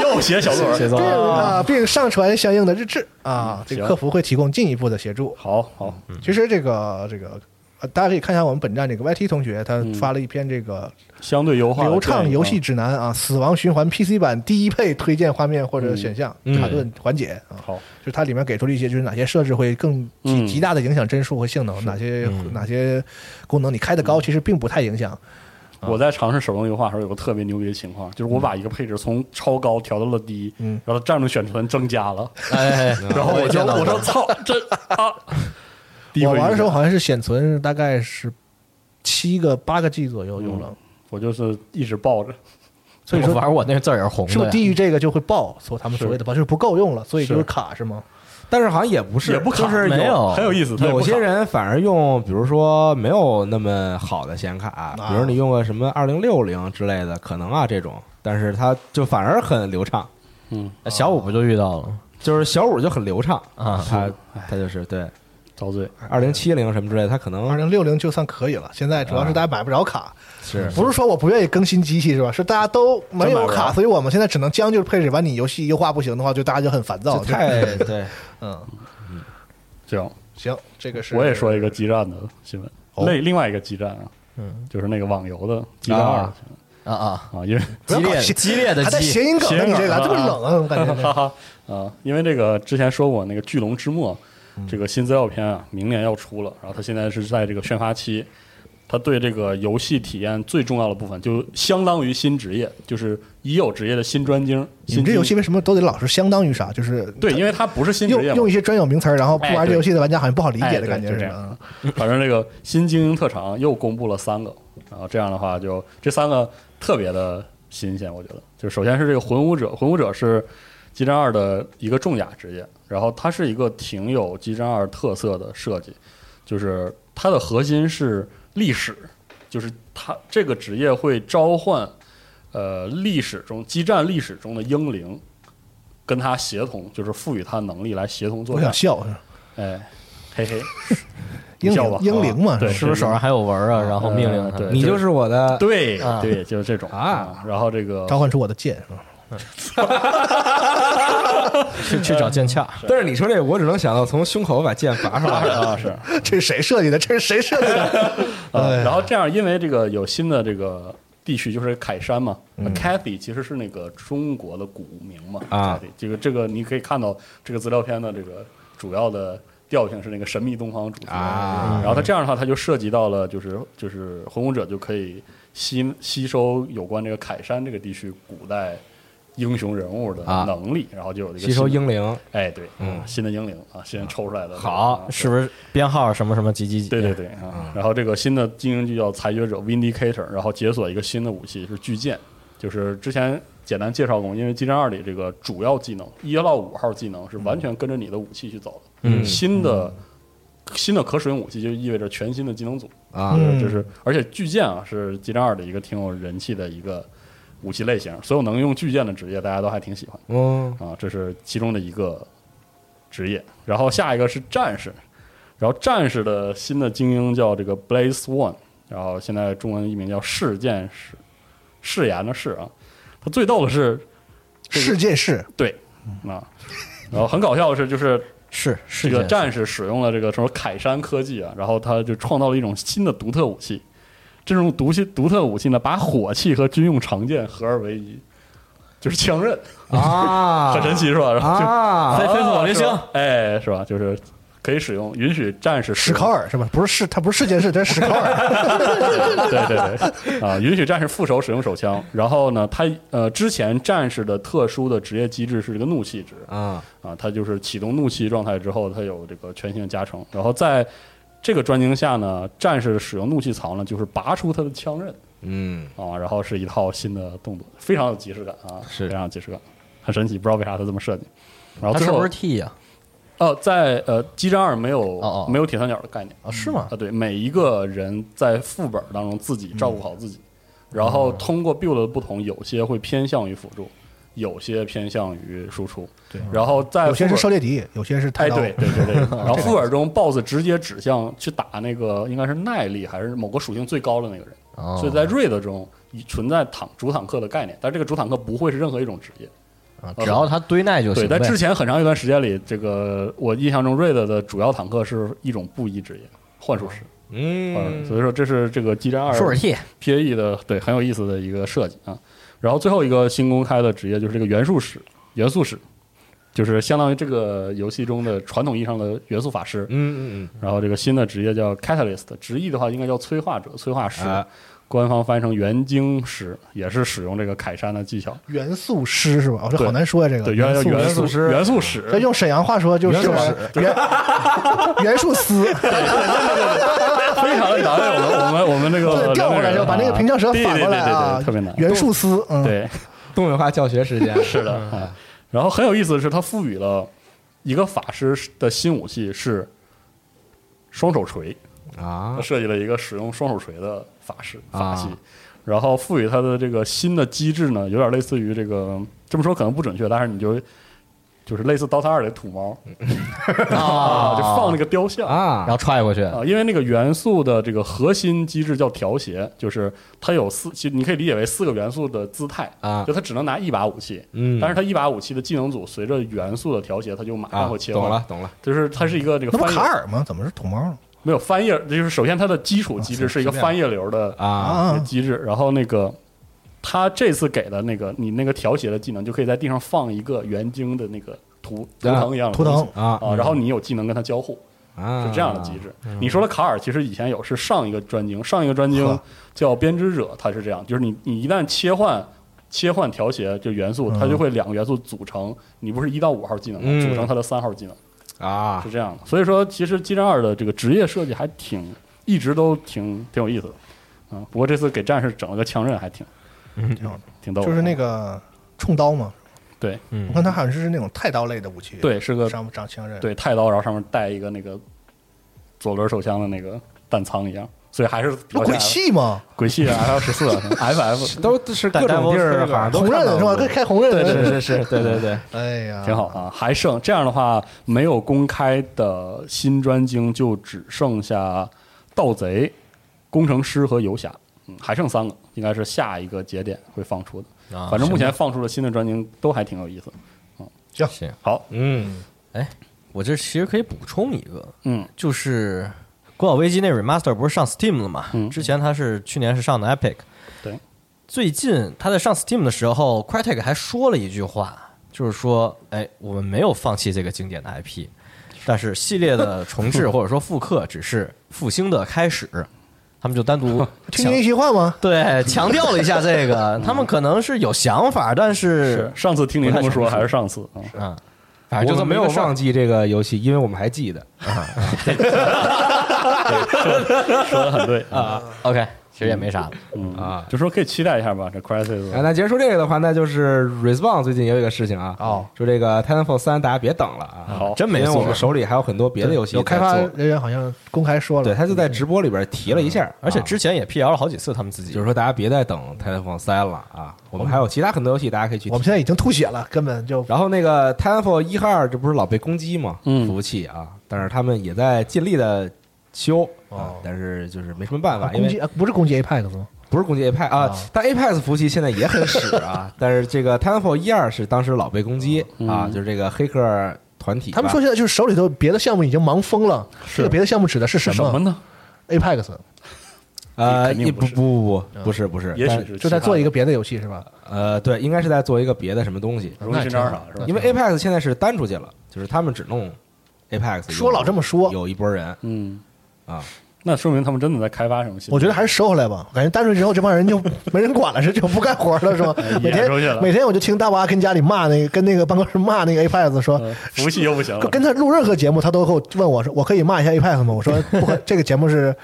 又写小作文，并啊并上传相应的日志啊，这个行客服会提供进一步的协助。好好，其实这个这个。呃，大家可以看一下我们本站这个 YT 同学，他发了一篇这个相对优化的流畅建议游戏啊。指南啊，死亡循环 PC 版第一配推荐画面或者选项、嗯卡顿缓解啊，好，就是它里面给出了一些，就是哪些设置会更极嗯极大的影响帧数和性能，哪些、哪些功能你开的高，其实并不太影响。嗯我在尝试手动优化的时候，有个特别牛逼的情况，就是我把一个配置从超高调到了低，嗯然后战术选存增加了，哎， (laughs) 然后我就见到我说过操， (laughs) 这啊，第一 (laughs) 我回玩的时候遇见好像是显存大概是七个八个 G 左右用了，我就是一直抱着，所以我说玩我那个字儿也是红的呀，是不是低于这个就会爆？所以他们所谓的爆就是不够用了，所以就是是卡是吗？但是好像也不是，也不卡就是没有很有意思。它也不有些卡人反而用，比如说没有那么好的显卡，比如你用个什么二零六零之类的，可能啊这种，但是它就反而很流畅，嗯，小五不就遇到了就是小五就很流畅，啊？它它就是对遭罪，二零七零什么之类的，它可二能零六零就算可以了，现在主要是大家买不着卡，是不是说我不愿意更新机器是吧？是大家都没有卡，所以我们现在只能将就配置。完你游戏优化不行的话，就大家就很烦躁。就太对，嗯，这样。行，这个是我也说一个基站的新闻，哦另另外一个基站啊，嗯，就是那个网游的基站二啊啊啊！啊，因为不要激搞烈谐激烈的还带激谐音梗呢，你这个这么冷啊，我感哈觉。哈 (laughs) 啊，因为这个之前说过那个《巨龙之末》这个新资料片啊，明年要出了，然后它现在是在这个宣发期，它对这个游戏体验最重要的部分，就相当于新职业，就是已有职业的新专精。你新这技游戏为什么都得老是相当于啥？就是对，因为它不是新职用业嘛，用一些专有名词儿，然后不玩哎这对游戏的玩家好像不好理解哎的对感觉就是这吧样反正这个新精英特长又公布了三个，然后这样的话就这三个特别的新鲜，我觉得就首先是这个魂舞者，魂舞者是激战二的一个重甲职业，然后它是一个挺有激战二特色的设计，就是它的核心是历史，就是它这个职业会召唤呃历史中激战历史中的英灵。跟他协同，就是赋予他能力来协同作我想战。笑，是吧哎，嘿嘿，英笑灵吧英灵嘛，啊对是吧是不是手上还有纹儿啊？然后命令他呃对你就是我的对啊对，就是这种啊。嗯然后这个召唤出我的剑是吧？去去 (laughs) 找剑鞘，嗯但是你说这，我只能想到从胸口把剑拔出来。啊是，这是谁设计的？这是谁设计的？哎呃，呀然后这样，因为这个有新的这个地区，就是凯山嘛、c a t h y 其实是那个中国的古名嘛啊 Cathy，这个这个你可以看到这个资料片的这个主要的调性是那个神秘东方主题啊然后它这样的话，它就涉及到了就是就是魂舞者就可以吸吸收有关这个凯山这个地区古代英雄人物的啊能力，然后就有这个吸收新的英灵，哎对，嗯，新的英灵啊，新抽出来的好，是。是不是编号什么什么几几几？对对对啊，然后这个新的精英就叫裁决者 Vindicator，然后解锁一个新的武器是巨剑，就是之前简单介绍过，因为《激战二》里这个主要技能一到五号技能是完全跟着你的武器去走的，嗯新的。新的可使用武器就意味着全新的技能组啊嗯这是而且巨剑啊是《激战二》的一个挺有人气的一个武器类型，所有能用巨剑的职业大家都还挺喜欢。嗯，啊，这是其中的一个职业。然后下一个是战士，然后战士的新的精英叫这个 Blaze One，然后现在中文译名叫誓剑士，誓言的誓啊。他最逗的是，这个 (laughs) 世界是对啊，然后很搞笑的是，就是是是这个剑战士使用了这个什么凯山科技啊，然后他就创造了一种新的独特武器。这种独系独特武器呢，把火器和军用长剑合二为一，就是枪刃，啊， (laughs) 很神奇是吧？然后就啊，飞飞啊虎流星是吧哎，是吧？就是可以使用，允许战士使史考用，尔是吧？不是世，他不是世界是，这是史考尔。 (laughs) 对对对，啊，允许战士副手使用手枪。然后呢，他呃，之前战士的特殊的职业机制是这个怒气值啊，啊，他就是启动怒气状态之后，他有这个全新的加成。然后在这个专精下呢，战士使用怒气槽呢，就是拔出他的枪刃嗯，啊，然后是一套新的动作，非常有即视感啊，是非常有即视感。很神奇，不知道为啥它这么设计。然后它最是后不是 T 呀？哦，在呃基站二没有哦哦没有铁三角的概念啊，是吗？啊，对，每一个人在副本当中自己照顾好自己，然后通过 build 的不同，有些会偏向于辅助，有些偏向于输出，对然后在有些副是本狩猎敌，有些是太哎，刀，对 (laughs) 对对对。然后副本中 BOSS 直接指向去打那个应该是耐力还是某个属性最高的那个人，哦所以在 raid 中存在坦主坦克的概念，但这个主坦克不会是任何一种职业。啊只要它堆耐就哦对，行呗。在之前很长一段时间里，这个我印象中 raid 的主要坦克是一种布衣职业。幻术师，呃嗯，所以说这是这个 G 战舒尔二 T PAE 的对很有意思的一个设计啊。然后最后一个新公开的职业就是这个元素师，元素师就是相当于这个游戏中的传统意义上的元素法师。嗯嗯然后这个新的职业叫 Catalyst，直译的话应该叫催化者、催化师，嗯，啊，官方翻译成元晶师，也是使用这个凯山的技巧。元素师是吧？我这对好难说呀，这个对，原来叫元素师。元素师，所以用沈阳话说就是元素师元元素师， (laughs) 非常的难。我们我们我们那个对，调过来人就把那个平翘舌反过来对对对啊，对对特别难。元素师，嗯，对，东北话教学时间 (laughs) 是的。啊然后很有意思的是，它赋予了一个法师的新武器是双手锤，啊他，设计了一个使用双手锤的法师法啊器，然后赋予它的这个新的机制呢，有点类似于这个这么说可能不准确，但是你就就是类似《DOTA 二》里的 (laughs) 土猫啊就放那个雕像然啊，后踹过去，啊，因为那个元素的这个核心机制叫调谐，就是它有四，其实你可以理解为四个元素的姿态啊就它只能拿一把武器，嗯，但是它一把武器的技能组随着元素的调谐，它就马啊上会，切换，懂了懂了，就是它是一个这个那不翻卡页尔吗？怎么是土猫呢？没有翻页，就是首先它的基础机制是一个翻页流的啊那个啊，机制，然后那个。它这次给的那个你那个调谐的技能，就可以在地上放一个圆晶的那个图图腾一样的图腾东西啊啊，然后你有技能跟它交互，啊，嗯是这样的机制。嗯你说的卡尔其实以前有，是上一个专精，上一个专精呵叫编织者，它是这样，就是你你一旦切换切换调谐就元素，嗯它就会两个元素组成，你不是一到五号技能嗯吗，组成它的三号技能，啊是，这样的。所以说，其实激战二的这个职业设计还挺一直都挺挺有意思的。嗯，不过这次给战士整了个枪刃，还挺嗯挺好的挺逗的，就是那个冲刀嘛，对我嗯看他好像是那种太刀类的武器，，对是个上长枪刃，，对太刀，然后上面带一个那个左轮手枪的那个弹仓一样，所以还是比那较鬼像泣嘛，鬼泣 F 十四 FF 都是各种地儿好像都红看到 (laughs) 刃是吧？过可以开红刃，对对，是是，对对对，哎呀，挺好啊，还剩这样的话，没有公开的新专精就只剩下盗贼、工程师和游侠，嗯，还剩三个，应该是下一个节点会放出的。啊反正目前放出的新的专精都还挺有意思。行。好，嗯我这其实可以补充一个，嗯，就是《古堡危机》那 remaster 不是上 Steam 了嘛？嗯之前它是去年是上的 Epic，对。最近它在上 Steam 的时候，Crytek 还说了一句话，就是说，哎，我们没有放弃这个经典的 IP，但是系列的重 (laughs) 置或者说复刻只是复兴的开始。他们就 (laughs) 单独听强君一席话吗？对强调了一下这个，他们可能是有想法，但是上次听您这么说不太成熟还是上次啊，啊，我反正就这们么没一个有事儿忘记这个游戏，因为我们还记得说的很 (laughs) 对啊，啊。OK，其实也没啥了。嗯啊就说可以期待一下吧，这 Crisis 啊。那结束这个的话，那就是 Respawn 最近也有一个事情啊，哦，说这个 Titanfall 三大家别等了啊，好真没因为错我们手里还有很多别的游戏有开发在做人员好像公开说了，对，他就在直播里边提了一下，而且啊之前也辟谣了好几次，他们自己就是说大家别再等 Titanfall 三了啊，我们还有其他很多游戏大家可以去我听们。现在已经吐血了，根本就然后那个 Titanfall 一和二这不是老被攻击嘛，嗯服务器啊，但是他们也在尽力的修啊哦，但是就是没什么办啊法，因攻为击啊不是攻击 Apex 吗？不是攻击 Apex 啊啊，但 Apex 服务器现在也很屎啊。但是这个 Titanfall 一二是当时老被攻击啊，嗯就是这个黑客团体吧。他们说现在就是手里头别的项目已经忙疯了，这个别的项目指的是是什什么呢？ ？Apex 呃，肯定也不不是不不不是不是，也许但是就在做一个个别的游戏是吧？呃对，应该是在做一个别的什么东西，荣誉勋章啥是嗯吧？因为 Apex 现在是单出去了，就是他们只弄 Apex E 有。说老这么说，有一波人嗯啊，那说明他们真的在开发什么新的。我觉得还是收回来吧，我感觉淡水之后这帮人就没人管了，是就不干活了，是吧？每演天出去了每天我就听大巴跟家里骂那个，跟那个办公室骂那个 Apex 说，呃服务器又不行了跟，跟他录任何节目，他都会问我说：“我可以骂一下 Apex 吗？”我说：“不可，这个节目是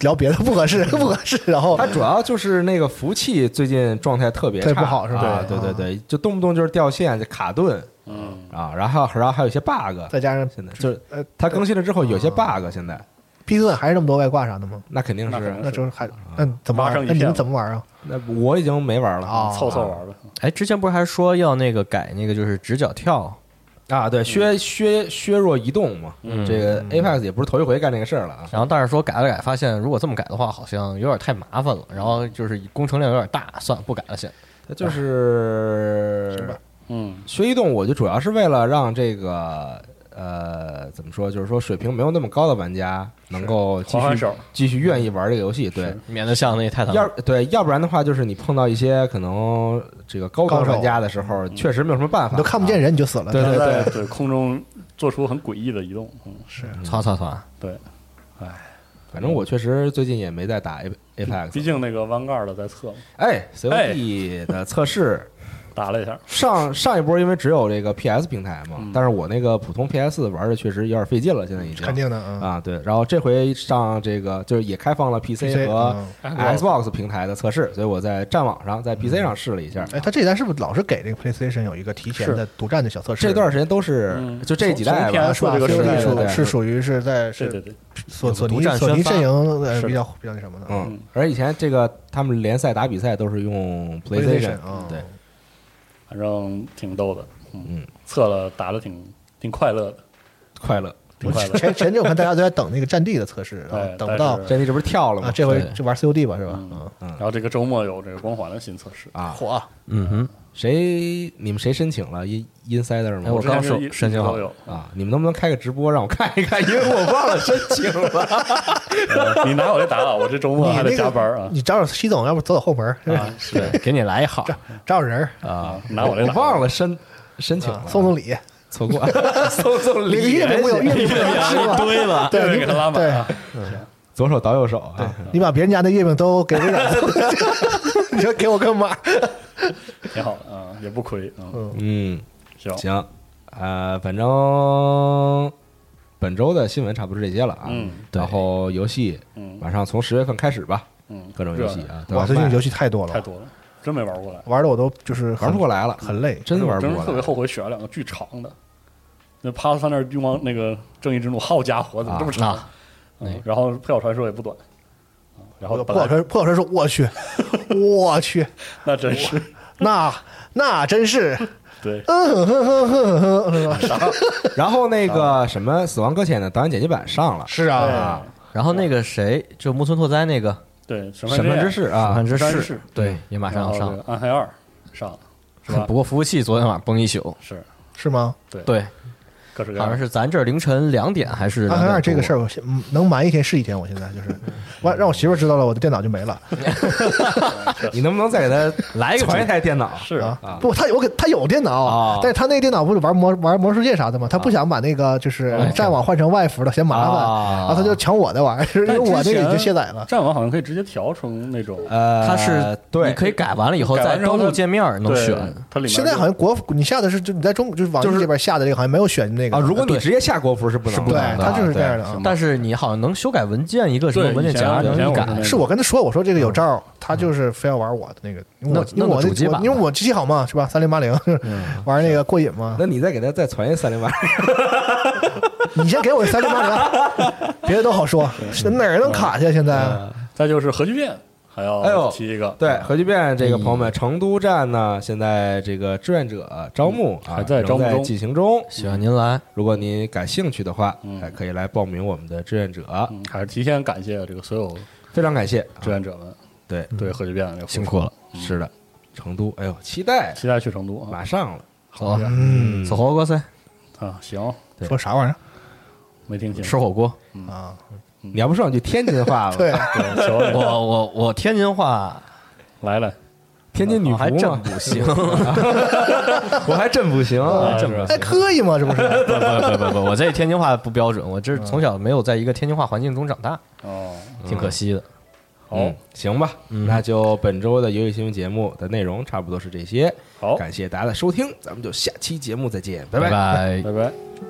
聊别的，不合适，不合适。”然后它主要就是那个服务器最近状态特别特差，别不好是吧啊对对对，就动不动就是掉线、就卡顿嗯，啊，然后然后还有一些 bug，再加上现在就是呃它更新了之后有些 bug，现在 P 四还是那么多外挂啥的吗？那肯定那肯是定那就是还那怎么挖上玩？一那片你了们怎么玩啊？那我已经没玩了啊凑凑玩呗。哎，之前不是还说要那个改那个就是直角跳？啊，对，削削削弱移动嘛，嗯这个 Apex 也不是头一回干这个事儿了啊。然后但是说改了改，发现如果这么改的话，好像有点太麻烦了，然后就是工程量有点大，算了，不改了先。它就是嗯，学移动，我就主要是为了让这个呃怎么说，就是说水平没有那么高的玩家能够继还还续手嗯继续愿意玩这个游戏。对，免得像那泰坦。要对，要不然的话，就是你碰到一些可能这个高端高手嗯玩家的时候，确实没有什么办法，你都看不见啊。人你就死了。对对在对，对空中做出很诡异的移动，嗯，是擦擦擦，对，反正我确实最近也没在打 A A P 毕 X。竟那个弯盖儿的在测嘛，哎，C O D 的测试打了一下，上上一波，因为只有这个 P S 平台嘛嗯，但是我那个普通 P S 玩的确实有点费劲了，现在已经肯定的啊。啊，对。然后这回上这个就是也开放了 P C 和嗯 Xbox 平台的测试，所以我在战网上在嗯 P C 上试了一下。哎，他这一代是不是老是给这个 PlayStation 有一个提前是的独占的小测试？这段时间都是嗯就这几代从吧， PS 是吧？这个时代是对对属对是属于是在对对是对，索索有尼独占宣索尼发阵营呃是的比较比较那什么的。嗯嗯，而以前这个他们联赛打比赛都是用 PlayStation，啊，对，反正挺逗的，嗯嗯，测了打的挺挺快乐的，快乐。挺快乐的，前前阵我看大家都在等那个《战地》的测试，然后对等不到但是这你这不是跳了啊，吗？这回对就玩 COD 吧，是吧？嗯啊，然后这个周末有这个光环的新测试，啊，火嗯 (laughs) 哼，谁你们谁申请了 In Insider 哎吗我？之前刚就手一申请一直好都有，啊，你们能不能开个直播让我看一看？因为我忘了申请了。呃你拿我这打打，我这周末还得加班儿啊你找找西总，要不走走后门儿， (laughs) 啊，是给你来一好找找人儿啊！拿我这我打忘了申申请啊了，送 (laughs) 送礼，错过 (laughs) 送送那个礼月饼不有月 (laughs) 饼不有吃吗？对了，对对，给他拉满啊，左手倒右手啊。你把别人家的月饼都给微软， (laughs) 你说给我个码，挺好的啊，也不亏啊，嗯嗯，行，行，呃，反正本周的新闻差不多这些了啊。嗯然后游戏嗯马上从十月份开始吧，嗯，各种游戏啊，都哇，要最近卖游戏太多热太了，多了，真没玩过来，玩的我都就是玩不过来，来了，很累。真玩不真过是特来别。后悔选了两个巨长的。那帕斯三那君王那个正义之怒，好家伙，怎么这么长？啊嗯然后配角传说也不短，啊然后我本破来车破车说：“我去，我去，那真是那那真是，对，啊嗯哼哼哼哼哼哼，然后那个什么《死亡搁浅》的导演剪辑版上了，是啊，哎啊，然后那个谁，就木村拓哉那个对，审审判之事《啊反，之审判誓之誓》，对，也马上要上了，暗黑二上了，是吧了。不过服务器昨天晚上崩一宿，是是吗？对，各式各好样像。是咱这儿凌晨两点还是暗黑二2啊这个事儿，儿，我现嗯能瞒一天是一天。我现在就是，我让我媳妇儿知道了，我的电脑就没了你能不能再给他 (laughs) 来一个传一台电脑？是啊，啊啊！不，她有给她有电啊脑，但是她那个电脑不是玩魔玩魔兽世界啥的吗？她不想把那个就是战网换成外服的，嫌麻啊烦，然后她就抢我的玩意儿，因为但我那之个已前经卸载了。战网好像可以直接调成那种，哎呃，它是对，你可以改完了以后改再完之后登录它界面儿能对选。它里面现在好像国服你下的是就你在中就是网就易是这边下的这个好像没有选那个啊，如果你对直接下国服是不能对的，，它就是这样的的啊。但是你好像能修改文件一个什么对文件夹以前能以前一我改是那，是我跟他说，我说这个有招儿，他就是非要玩我的那个，因为我因弄为我弄个主机那吧我因为我机器好嘛，是吧？三零八零嗯玩那个过瘾嘛对。。那你再给他再传一三零八，你先给我三零八零，别的都好说，哪儿能卡去啊？现在再就是核聚变，还哎呦要提一个，对，核聚变这个朋友们，成都站呢，现在这个志愿者招募啊还在招募仍中进行中。喜欢您来，如果您感兴趣的话，嗯还可以来报名我们的志愿者。嗯，还是提前感谢这个所有非常感谢，志愿者们对，嗯对核聚变的这个付出辛苦了，是的，成都，哎呦，期待期待去成都啊马上了，走，嗯，走火锅噻，啊，行，对说啥玩意儿没听清，吃火锅。啊？你要不 (laughs) (laughs) 说两句天津话吧？对，对，求我你我我天津话来来，天津女我还仆真 (laughs) 嘛，不行， (laughs) 我还真不行，还真不还可以吗？这不哎是？不不不不不，我这天津话不标准，我这从小没有在一个天津话环境中长大，哦，挺可惜的。嗯，行吧，那就本周的游戏新闻节目的内容差不多是这些，好，感谢大家的收听，咱们就下期节目再见，拜拜拜。拜拜。拜